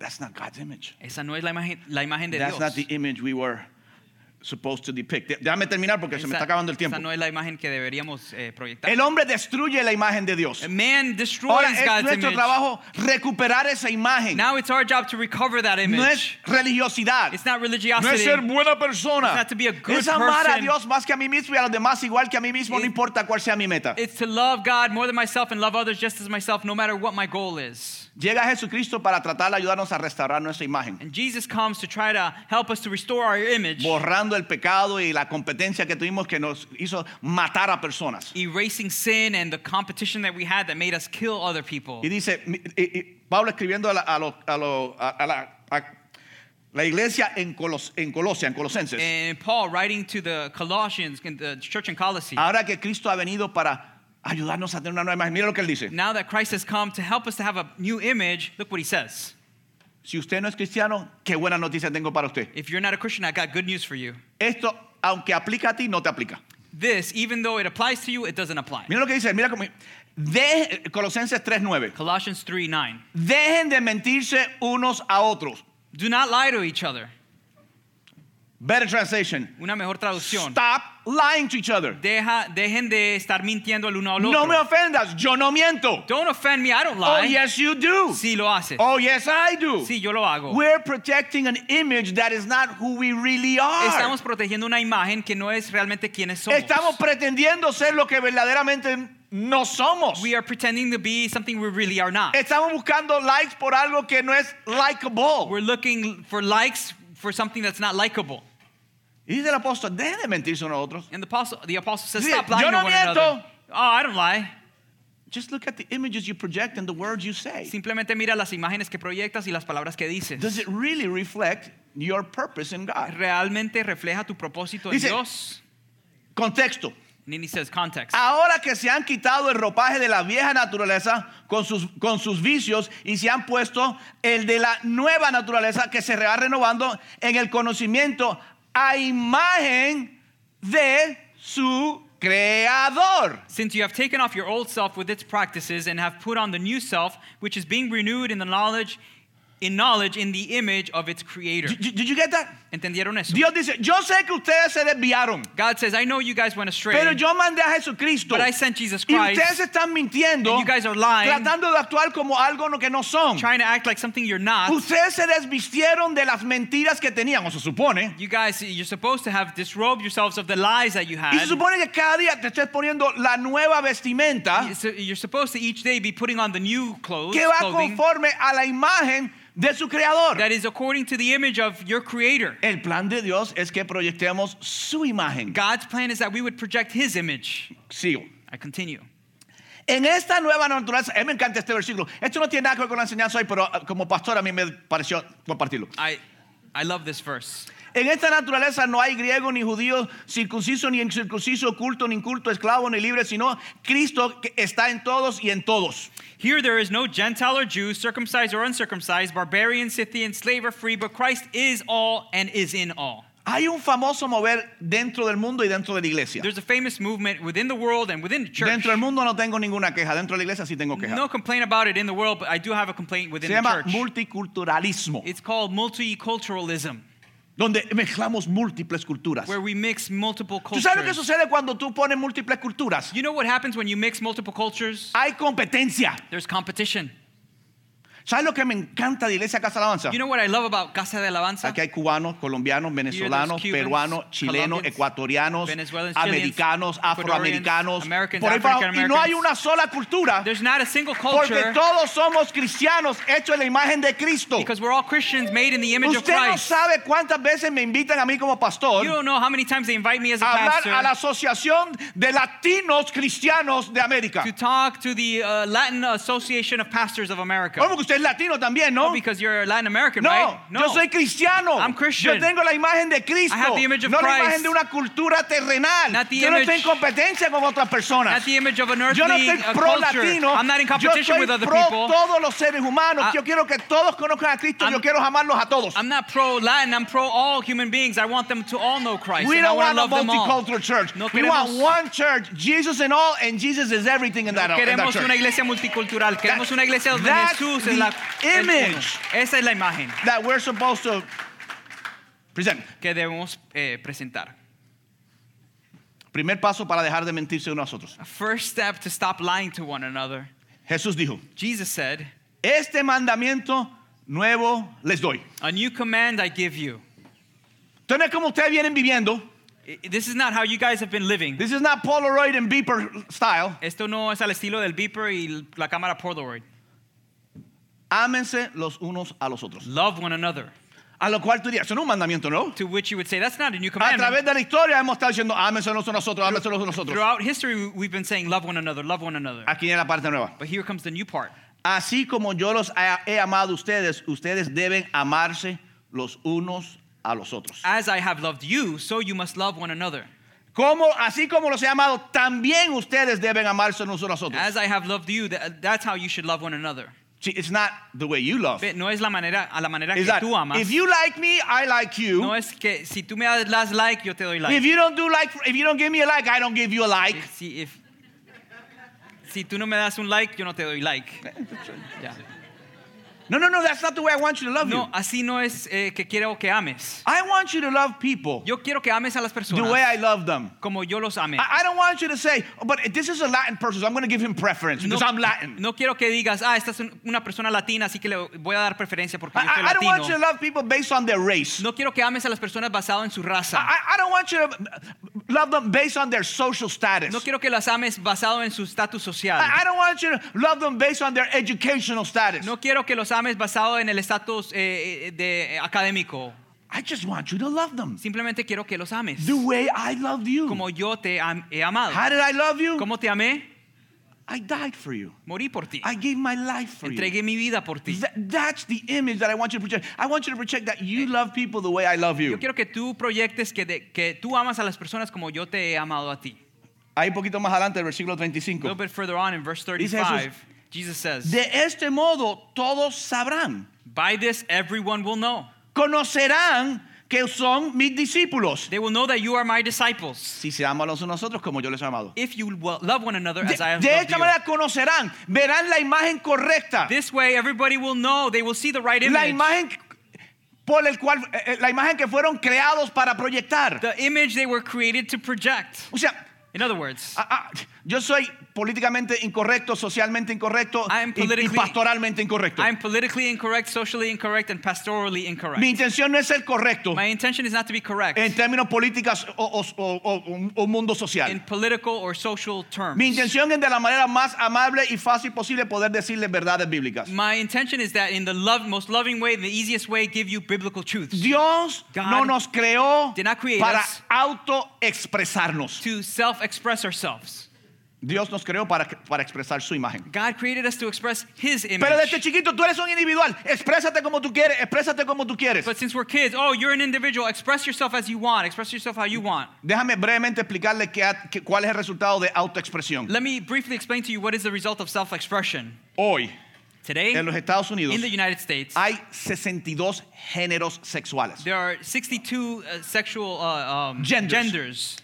[SPEAKER 1] That's not God's image.
[SPEAKER 2] Esa no es la imagen, la imagen de
[SPEAKER 1] That's
[SPEAKER 2] Dios.
[SPEAKER 1] not the image we were supposed to depict. De- Déjame terminar porque se me
[SPEAKER 2] Esa-
[SPEAKER 1] está acabando el tiempo.
[SPEAKER 2] esa no es la imagen que deberíamos eh, proyectar.
[SPEAKER 1] El hombre destruye la imagen de Dios.
[SPEAKER 2] Man destroys
[SPEAKER 1] Ahora es
[SPEAKER 2] God's
[SPEAKER 1] nuestro
[SPEAKER 2] image.
[SPEAKER 1] trabajo recuperar esa imagen.
[SPEAKER 2] Now it's our job to recover that image.
[SPEAKER 1] No es religiosidad.
[SPEAKER 2] it's not
[SPEAKER 1] No es
[SPEAKER 2] religiosity.
[SPEAKER 1] ser buena persona.
[SPEAKER 2] It's not to be a good
[SPEAKER 1] es amar a
[SPEAKER 2] person.
[SPEAKER 1] Dios más que a mí mismo y a los demás igual que a mí mismo, no
[SPEAKER 2] It-
[SPEAKER 1] importa cuál sea mi meta.
[SPEAKER 2] it's to love God more than myself and love others just as myself, no matter what my goal is.
[SPEAKER 1] Llega Jesucristo para tratar de ayudarnos a restaurar nuestra imagen,
[SPEAKER 2] And Jesus comes to try to help us to restore our image,
[SPEAKER 1] borrando el pecado y la competencia que tuvimos que nos hizo matar a personas.
[SPEAKER 2] erasing sin and the competition that we had that made us kill other people.
[SPEAKER 1] Y dice, mi- y- y Pablo escribiendo a la, a lo- a lo- a- a la- a la iglesia en, Colos- en Colosia, en Colosenses,
[SPEAKER 2] And Paul writing to the Colossians, in the church in Colossae,
[SPEAKER 1] ahora que Cristo ha venido para ayudarnos a tener una nueva imagen, mira lo que él dice.
[SPEAKER 2] now that Christ has come to help us to have a new image, look what he says.
[SPEAKER 1] Si usted no es cristiano, qué buena noticia tengo para usted.
[SPEAKER 2] If you're not a Christian, I got good news for you.
[SPEAKER 1] Esto, aunque aplica a ti, no te aplica.
[SPEAKER 2] This, even though it applies to you, it doesn't apply.
[SPEAKER 1] Mira lo que dice, mira cómo. De, Colosenses 3:9.
[SPEAKER 2] Colossians 3 9.
[SPEAKER 1] Dejen de mentirse unos a otros.
[SPEAKER 2] Do not lie to each other.
[SPEAKER 1] Better translation.
[SPEAKER 2] Una mejor traducción.
[SPEAKER 1] Stop lying to each other.
[SPEAKER 2] Deja, dejen de estar mintiendo el uno al otro.
[SPEAKER 1] No me ofendas, yo no miento.
[SPEAKER 2] Don't offend me, I don't
[SPEAKER 1] Oh,
[SPEAKER 2] lie.
[SPEAKER 1] yes, you do.
[SPEAKER 2] Sí, lo haces.
[SPEAKER 1] Oh, yes, I do.
[SPEAKER 2] Sí, yo lo hago.
[SPEAKER 1] We're protecting an image that is not who we really are.
[SPEAKER 2] Estamos protegiendo una imagen que no es realmente quienes somos.
[SPEAKER 1] Estamos pretendiendo ser lo que verdaderamente no somos.
[SPEAKER 2] We are pretending to be something we really are not.
[SPEAKER 1] Estamos buscando likes por algo que no es likable.
[SPEAKER 2] We're looking for likes for something that's not likable.
[SPEAKER 1] Y dice el apóstol, dejen de mentirse unos a otros.
[SPEAKER 2] And the apostle, the apostle says,
[SPEAKER 1] Dice,
[SPEAKER 2] stop lying
[SPEAKER 1] "Yo no
[SPEAKER 2] to one
[SPEAKER 1] miento."
[SPEAKER 2] another. Oh, I don't lie.
[SPEAKER 1] Just look at the images you project and the words you say.
[SPEAKER 2] Simplemente mira las imágenes que proyectas y las palabras que dices.
[SPEAKER 1] Does it really reflect your purpose in God?
[SPEAKER 2] Realmente refleja tu propósito en
[SPEAKER 1] Dice-
[SPEAKER 2] Dios.
[SPEAKER 1] Contexto.
[SPEAKER 2] Nini says context.
[SPEAKER 1] Ahora que se han quitado el ropaje de la vieja naturaleza con sus, con sus vicios y se han puesto el de la nueva naturaleza que se va renovando en el conocimiento a imagen de su creador.
[SPEAKER 2] Since you have taken off your old self with its practices and have put on the new self, which is being renewed in the knowledge, in knowledge in the image of its creator.
[SPEAKER 1] Did, did you get that?
[SPEAKER 2] ¿Entendieron eso?
[SPEAKER 1] Dios dice, yo sé que ustedes se desviaron,
[SPEAKER 2] God says, I know you guys went astray,
[SPEAKER 1] pero yo mandé a Jesucristo.
[SPEAKER 2] but I sent Jesus
[SPEAKER 1] Y
[SPEAKER 2] Christ,
[SPEAKER 1] ustedes están mintiendo,
[SPEAKER 2] and you guys are lying,
[SPEAKER 1] tratando de actuar como algo no- que no son.
[SPEAKER 2] trying to act like something you're not.
[SPEAKER 1] Ustedes se desvistieron de las mentiras que tenían, o se supone.
[SPEAKER 2] You guys, you're supposed to have disrobed yourselves of the lies that you
[SPEAKER 1] Y se
[SPEAKER 2] had.
[SPEAKER 1] supone que cada día te estés poniendo la nueva vestimenta
[SPEAKER 2] So You're supposed to each day be putting on the new clothes,
[SPEAKER 1] ah. que va
[SPEAKER 2] clothing,
[SPEAKER 1] conforme a la imagen de su creador.
[SPEAKER 2] that is according to the image of your creator.
[SPEAKER 1] El plan de Dios es que proyectemos su imagen.
[SPEAKER 2] God's plan is that we would project his image.
[SPEAKER 1] Sigo.
[SPEAKER 2] I continue.
[SPEAKER 1] En esta nueva naturaleza, a mí me encanta este versículo. Esto no tiene nada que ver con la enseñanza hoy, pero ah, como pastor a mí me pareció compartirlo.
[SPEAKER 2] I, I love this verse.
[SPEAKER 1] En esta naturaleza no hay griego ni judío, circunciso ni incircunciso, culto ni inculto, esclavo ni libre, sino Cristo que está en todos y en todos.
[SPEAKER 2] Here there is no Gentile or Jew, circumcised or uncircumcised, barbarian, Scythian, slave or free, but Christ is all and is in all.
[SPEAKER 1] Hay un famoso mover dentro del mundo y dentro de la iglesia.
[SPEAKER 2] There's a famous movement within the world and within the church.
[SPEAKER 1] Dentro del mundo no tengo ninguna queja, dentro de la iglesia sí tengo queja.
[SPEAKER 2] No complaint about it in the world, but I do have a complaint
[SPEAKER 1] Se
[SPEAKER 2] within the
[SPEAKER 1] llama
[SPEAKER 2] church.
[SPEAKER 1] multiculturalismo,
[SPEAKER 2] It's called multiculturalism,
[SPEAKER 1] donde mezclamos múltiples culturas.
[SPEAKER 2] where we mix multiple
[SPEAKER 1] ¿Tú
[SPEAKER 2] cultures.
[SPEAKER 1] sabes lo que sucede cuando tú pones múltiples culturas?
[SPEAKER 2] You know what happens when you mix multiple cultures?
[SPEAKER 1] Hay competencia.
[SPEAKER 2] There's competition.
[SPEAKER 1] ¿Sabes lo que me encanta de Iglesia Casa Alabanza?
[SPEAKER 2] You know what I love about Casa de Alabanza?
[SPEAKER 1] Aquí hay cubanos, colombianos, venezolanos,
[SPEAKER 2] Cubans,
[SPEAKER 1] peruanos, chilenos,
[SPEAKER 2] Colombians,
[SPEAKER 1] ecuatorianos,
[SPEAKER 2] Venezuelans,
[SPEAKER 1] americanos,
[SPEAKER 2] Chileans,
[SPEAKER 1] afroamericanos.
[SPEAKER 2] Ecuadorians, Americans,
[SPEAKER 1] por ahí para abajo. y no hay
[SPEAKER 2] African-Americans.
[SPEAKER 1] una sola cultura
[SPEAKER 2] There's not a single
[SPEAKER 1] porque
[SPEAKER 2] culture
[SPEAKER 1] todos somos cristianos hechos en la imagen de Cristo.
[SPEAKER 2] because we're all Christians made in the image of
[SPEAKER 1] Usted no
[SPEAKER 2] Christ.
[SPEAKER 1] sabe cuántas veces me invitan a mí como pastor
[SPEAKER 2] You don't know how many times they invite me as a
[SPEAKER 1] a hablar a la
[SPEAKER 2] pastor
[SPEAKER 1] Asociación de Latinos Cristianos de América.
[SPEAKER 2] to talk to the uh, Latin Association of Pastors of
[SPEAKER 1] ¿Cómo
[SPEAKER 2] America.
[SPEAKER 1] que usted es latino también, no?
[SPEAKER 2] Oh, because you're Latin American,
[SPEAKER 1] No,
[SPEAKER 2] right?
[SPEAKER 1] yo soy cristiano.
[SPEAKER 2] I'm Christian.
[SPEAKER 1] Yo tengo la imagen de Cristo.
[SPEAKER 2] I have the image of
[SPEAKER 1] no la
[SPEAKER 2] Christ.
[SPEAKER 1] imagen de una cultura terrenal.
[SPEAKER 2] Not the
[SPEAKER 1] yo no
[SPEAKER 2] image-
[SPEAKER 1] estoy en competencia con otras personas.
[SPEAKER 2] Not the image of an earthly
[SPEAKER 1] yo no estoy
[SPEAKER 2] uh,
[SPEAKER 1] pro
[SPEAKER 2] culture.
[SPEAKER 1] latino.
[SPEAKER 2] I'm not in
[SPEAKER 1] yo
[SPEAKER 2] competition
[SPEAKER 1] soy
[SPEAKER 2] with other
[SPEAKER 1] pro
[SPEAKER 2] people.
[SPEAKER 1] todos los seres humanos.
[SPEAKER 2] I-
[SPEAKER 1] yo quiero que todos conozcan a Cristo. yo
[SPEAKER 2] I'm-
[SPEAKER 1] quiero amarlos a todos.
[SPEAKER 2] I'm not pro Latin. I'm pro all human beings. I want them to all know Christ.
[SPEAKER 1] We
[SPEAKER 2] and I
[SPEAKER 1] don't
[SPEAKER 2] want
[SPEAKER 1] want a
[SPEAKER 2] to love them all.
[SPEAKER 1] multicultural church.
[SPEAKER 2] No
[SPEAKER 1] We want
[SPEAKER 2] queremos-
[SPEAKER 1] one church, Jesus in all, and Jesus is everything in that, in that
[SPEAKER 2] Queremos
[SPEAKER 1] church.
[SPEAKER 2] una iglesia multicultural. Queremos
[SPEAKER 1] That-
[SPEAKER 2] una iglesia donde
[SPEAKER 1] that's
[SPEAKER 2] Jesús
[SPEAKER 1] the
[SPEAKER 2] es la el uno.
[SPEAKER 1] image.
[SPEAKER 2] Esa es la imagen
[SPEAKER 1] That we're supposed to present.
[SPEAKER 2] que debemos eh, presentar.
[SPEAKER 1] Primer paso para dejar de mentirse unos a otros.
[SPEAKER 2] A first step to stop lying to one another.
[SPEAKER 1] Jesús dijo.
[SPEAKER 2] Jesus said,
[SPEAKER 1] Este mandamiento nuevo les doy.
[SPEAKER 2] "A new command I give you."
[SPEAKER 1] Entonces, no es como ustedes vienen viviendo.
[SPEAKER 2] I- This is not how you guys have been living.
[SPEAKER 1] This is not Polaroid and Beeper style.
[SPEAKER 2] Esto no es al estilo del beeper y la cámara Polaroid.
[SPEAKER 1] Ámense los unos a los otros.
[SPEAKER 2] Love one another.
[SPEAKER 1] A lo cual tú dirías, eso no es un mandamiento, ¿no?
[SPEAKER 2] To which you would say, "That's not a new
[SPEAKER 1] A
[SPEAKER 2] command."
[SPEAKER 1] través de la historia hemos estado diciendo, ámense los unos a los otros, ámense los unos a los otros.
[SPEAKER 2] Throughout history, we've been saying, "Love one another. Love one another."
[SPEAKER 1] Aquí en la parte nueva.
[SPEAKER 2] But here comes the new part.
[SPEAKER 1] Así como yo los he he amado a ustedes, ustedes deben amarse los unos a los otros.
[SPEAKER 2] As I have loved you, so you must love one another.
[SPEAKER 1] Como, así como los he amado, también ustedes deben amarse los unos a los otros.
[SPEAKER 2] As I have loved you, tha- that's how you should love one another.
[SPEAKER 1] See, it's not the way you love.
[SPEAKER 2] Ve, No es la manera, a la manera que
[SPEAKER 1] Is that
[SPEAKER 2] tú amas.
[SPEAKER 1] if you like me, I like you.
[SPEAKER 2] no es que si tú me das like, yo te doy like.
[SPEAKER 1] If you don't do like, if you don't give me a like, I don't give you a like.
[SPEAKER 2] If- si, if- si tú no me das un like, yo no te doy like.
[SPEAKER 1] Eh,
[SPEAKER 2] Ya.
[SPEAKER 1] No, no, no. That's not the way I want you to love
[SPEAKER 2] No,
[SPEAKER 1] you.
[SPEAKER 2] así no es eh, que quiero que ames.
[SPEAKER 1] I want you to love people
[SPEAKER 2] Yo quiero que ames a las
[SPEAKER 1] the way I
[SPEAKER 2] personas
[SPEAKER 1] love them.
[SPEAKER 2] como yo los ame.
[SPEAKER 1] I, I don't want you to say, "Oh, but this is a Latin person, so I'm going to give him preference because I'm Latin.
[SPEAKER 2] no quiero que digas, ah, esta es un- una persona latina, así que le voy a dar preferencia porque yo soy
[SPEAKER 1] Ah, I, I- I don't want you to
[SPEAKER 2] latino.
[SPEAKER 1] love people based on their race. Ah,
[SPEAKER 2] No quiero que ames a las personas basado en su raza.
[SPEAKER 1] I, I don't want you to love them based on their social status.
[SPEAKER 2] No quiero que las ames basado en su estatus social.
[SPEAKER 1] I I don't want you to love them based on their educational status.
[SPEAKER 2] No quiero que los ames basado en el estatus eh, eh, de académico.
[SPEAKER 1] I just want you to love them
[SPEAKER 2] Simplemente quiero que los ames.
[SPEAKER 1] the way I loved you.
[SPEAKER 2] Como yo te am- he amado.
[SPEAKER 1] How did I love you?
[SPEAKER 2] ¿Cómo te amé?
[SPEAKER 1] I died for you.
[SPEAKER 2] Morí por ti.
[SPEAKER 1] I gave my life for you.
[SPEAKER 2] Entregué mi vida por ti.
[SPEAKER 1] Th- that's the image that I want you to project. I want you to project that you love people the way I love
[SPEAKER 2] Yo
[SPEAKER 1] you.
[SPEAKER 2] quiero que tú proyectes que, de- que tú amas a las personas como yo te he amado a ti.
[SPEAKER 1] Ahí un poquito más adelante, el versículo
[SPEAKER 2] A little
[SPEAKER 1] 35.
[SPEAKER 2] bit further on in verse
[SPEAKER 1] Dice Jesús,
[SPEAKER 2] 35, Jesus says,
[SPEAKER 1] De este modo todos sabrán,
[SPEAKER 2] By this everyone will know.
[SPEAKER 1] conocerán que son mis discípulos.
[SPEAKER 2] They will know that you are my disciples
[SPEAKER 1] Si se aman los unos a los otros como yo les he amado.
[SPEAKER 2] if you will love one another
[SPEAKER 1] De,
[SPEAKER 2] as I have
[SPEAKER 1] de
[SPEAKER 2] loved
[SPEAKER 1] esta
[SPEAKER 2] you.
[SPEAKER 1] manera conocerán, verán la imagen correcta,
[SPEAKER 2] This way everybody will know. They will see the right
[SPEAKER 1] la
[SPEAKER 2] image.
[SPEAKER 1] imagen por el cual, eh, eh, la imagen que fueron creados para proyectar.
[SPEAKER 2] The image they were created to project.
[SPEAKER 1] O sea,
[SPEAKER 2] In other words,
[SPEAKER 1] Ah, ah, yo soy políticamente incorrecto, socialmente incorrecto
[SPEAKER 2] I am
[SPEAKER 1] y- y,
[SPEAKER 2] politically-
[SPEAKER 1] pastoralmente incorrecto.
[SPEAKER 2] I'm politically incorrect, socially incorrect, and pastorally incorrect.
[SPEAKER 1] Mi intención no es ser correcto
[SPEAKER 2] My intention is not to be correct
[SPEAKER 1] en términos políticas o, o- o- o- o mundo
[SPEAKER 2] in
[SPEAKER 1] social.
[SPEAKER 2] political or social terms.
[SPEAKER 1] Mi intención es de la manera más amable y fácil posible poder decirles verdades bíblicas.
[SPEAKER 2] My intention is that in the love, most loving way, the easiest way, give you biblical truths
[SPEAKER 1] Dios
[SPEAKER 2] God
[SPEAKER 1] no nos creó
[SPEAKER 2] did not create
[SPEAKER 1] para
[SPEAKER 2] us.
[SPEAKER 1] autoexpresarnos.
[SPEAKER 2] to self express ourselves.
[SPEAKER 1] Dios nos creó para, para expresar su imagen.
[SPEAKER 2] God created us to express His image.
[SPEAKER 1] Pero desde chiquito tú eres un individual. Exprésate como tú quieres, exprésate como tú quieres.
[SPEAKER 2] But since we're kids, oh, you're an individual. Express yourself as you want. Express yourself how you want.
[SPEAKER 1] Déjame brevemente explicarle qué ha- qué- cuál es el resultado de autoexpresión.
[SPEAKER 2] Let me briefly explain to you what is the result of self expression.
[SPEAKER 1] Hoy,
[SPEAKER 2] Today,
[SPEAKER 1] en los Estados Unidos,
[SPEAKER 2] in the United States,
[SPEAKER 1] hay 62 géneros sexuales.
[SPEAKER 2] there are 62 uh, sexual uh, um,
[SPEAKER 1] Genders.
[SPEAKER 2] genders.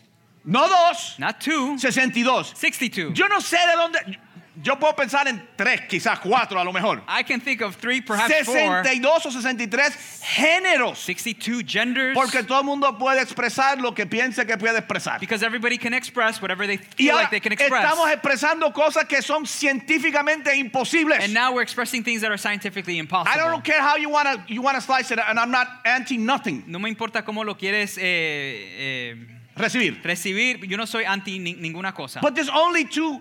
[SPEAKER 1] No dos,
[SPEAKER 2] Not two,
[SPEAKER 1] 62.
[SPEAKER 2] 62.
[SPEAKER 1] Yo no sé de dónde. Yo puedo pensar en tres, quizás cuatro a lo mejor.
[SPEAKER 2] I can think of three, perhaps four.
[SPEAKER 1] 62 o 63 géneros.
[SPEAKER 2] 62 genders.
[SPEAKER 1] Porque todo el mundo puede expresar lo que piense que puede expresar.
[SPEAKER 2] Because everybody can express whatever they
[SPEAKER 1] Y
[SPEAKER 2] feel
[SPEAKER 1] ahora
[SPEAKER 2] like they can express.
[SPEAKER 1] estamos expresando cosas que son científicamente imposibles.
[SPEAKER 2] And now we're expressing things that are scientifically
[SPEAKER 1] I
[SPEAKER 2] impossible.
[SPEAKER 1] don't care how you want to you wanna slice it, and I'm not anti nothing.
[SPEAKER 2] No me importa cómo lo quieres eh, eh,
[SPEAKER 1] Recibir.
[SPEAKER 2] recibir, yo no soy anti ni- ninguna cosa.
[SPEAKER 1] But there's only two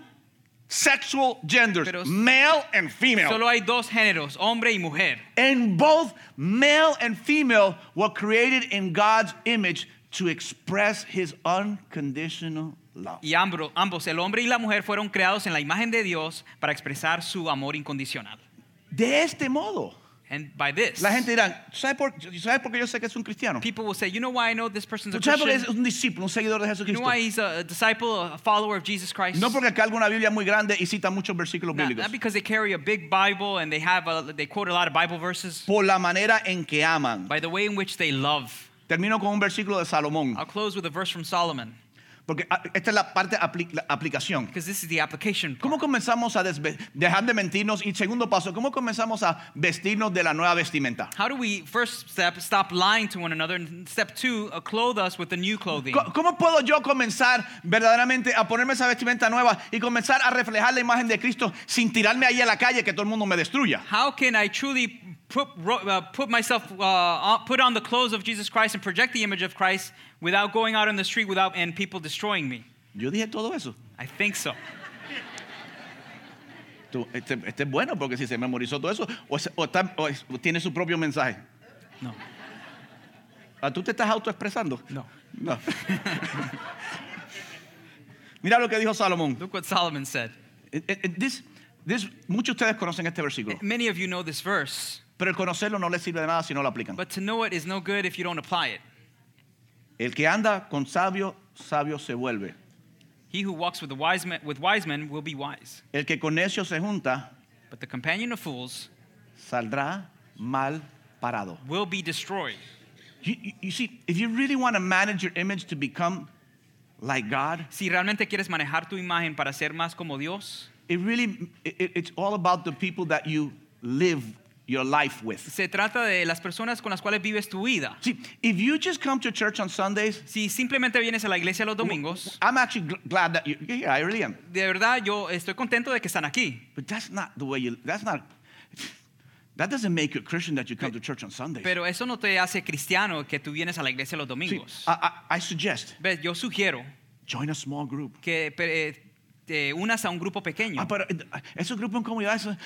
[SPEAKER 1] sexual genders,
[SPEAKER 2] Pero-
[SPEAKER 1] male and
[SPEAKER 2] Solo
[SPEAKER 1] female.
[SPEAKER 2] hay dos géneros, hombre y mujer.
[SPEAKER 1] And both male and female were created in God's image to express his unconditional love.
[SPEAKER 2] Y ambro- ambos, el hombre y la mujer, fueron creados en la imagen de Dios para expresar su amor incondicional.
[SPEAKER 1] De este modo,
[SPEAKER 2] And by this,
[SPEAKER 1] la gente dirá, ¿sabes por, ¿sabes por qué yo sé que es un cristiano?
[SPEAKER 2] people will say, you know why I know this person's a
[SPEAKER 1] ¿Tú ¿Sabes por qué es
[SPEAKER 2] Christian?
[SPEAKER 1] un discípulo, un seguidor de
[SPEAKER 2] You know
[SPEAKER 1] Jesucristo?
[SPEAKER 2] why he's a disciple, a follower of Jesus Christ?
[SPEAKER 1] No porque carga una Biblia muy grande y cita muchos versículos
[SPEAKER 2] Not,
[SPEAKER 1] bíblicos.
[SPEAKER 2] not because they carry a big Bible and they have a, they quote a lot of Bible verses.
[SPEAKER 1] Por la manera en que aman.
[SPEAKER 2] By the way in which they love.
[SPEAKER 1] Termino con un versículo de Salomón,
[SPEAKER 2] I'll close with a verse from Solomon
[SPEAKER 1] porque ah, esta es la parte apli- la aplicación.
[SPEAKER 2] because this is the application. part.
[SPEAKER 1] ¿Cómo comenzamos a desve- dejar de mentirnos? Y segundo paso, ¿cómo comenzamos a vestirnos de la nueva vestimenta?
[SPEAKER 2] How do we first step stop lying to one another and step 2 uh, clothe us with the new clothing?
[SPEAKER 1] Co- ¿Cómo puedo yo comenzar verdaderamente a ponerme esa vestimenta nueva y comenzar a reflejar la imagen de Cristo sin tirarme ahí a la calle que todo el mundo me destruya?
[SPEAKER 2] How can I truly put, ro- uh, put myself uh, uh, put on the clothes of Jesus Christ and project the image of Christ without going out on the street without and people destroying me?
[SPEAKER 1] Yo dije todo eso.
[SPEAKER 2] I think so.
[SPEAKER 1] Tú, este, este es bueno porque si se memorizó todo eso, o, se- o está- o es- o tiene su propio mensaje.
[SPEAKER 2] No.
[SPEAKER 1] Ah, ¿Tú te estás autoexpresando?
[SPEAKER 2] No.
[SPEAKER 1] No. Mira lo que dijo Salomón.
[SPEAKER 2] Look what Solomon said.
[SPEAKER 1] Eh, eh, eh, this- this- muchos de ustedes conocen este versículo.
[SPEAKER 2] Many of you know this verse,
[SPEAKER 1] Pero el conocerlo no le sirve de nada si no lo aplican.
[SPEAKER 2] but to know it is no good if you don't apply it.
[SPEAKER 1] El que anda con sabio, sabio se vuelve.
[SPEAKER 2] He who walks with the wise men, with wise men will be wise,
[SPEAKER 1] El que con necio se junta,
[SPEAKER 2] but the companion of fools
[SPEAKER 1] saldrá mal parado.
[SPEAKER 2] will be destroyed.
[SPEAKER 1] You, you- you see, if you really want to manage your image to become like God,
[SPEAKER 2] Si realmente quieres manejar tu imagen para ser más como Dios,
[SPEAKER 1] it really, it- it- it's all about the people that you live your life with.
[SPEAKER 2] se trata de las personas con las cuales vives tu vida.
[SPEAKER 1] See, if you just come to church on Sundays,
[SPEAKER 2] Si simplemente vienes a la iglesia los domingos,
[SPEAKER 1] I'm actually gl- glad that you, yeah, yeah, I really am.
[SPEAKER 2] de verdad yo estoy contento de que están aquí,
[SPEAKER 1] But that's not the way you, that's not, That doesn't make you a Christian that you come to church on Sundays.
[SPEAKER 2] Pero eso no te hace cristiano que tú vienes a la iglesia los
[SPEAKER 1] See,
[SPEAKER 2] domingos.
[SPEAKER 1] I, I, I suggest
[SPEAKER 2] Ves, Yo sugiero
[SPEAKER 1] join a small group.
[SPEAKER 2] que eh, te unas a un grupo pequeño.
[SPEAKER 1] Ah, pero eh, esos grupos en comunidad, eso-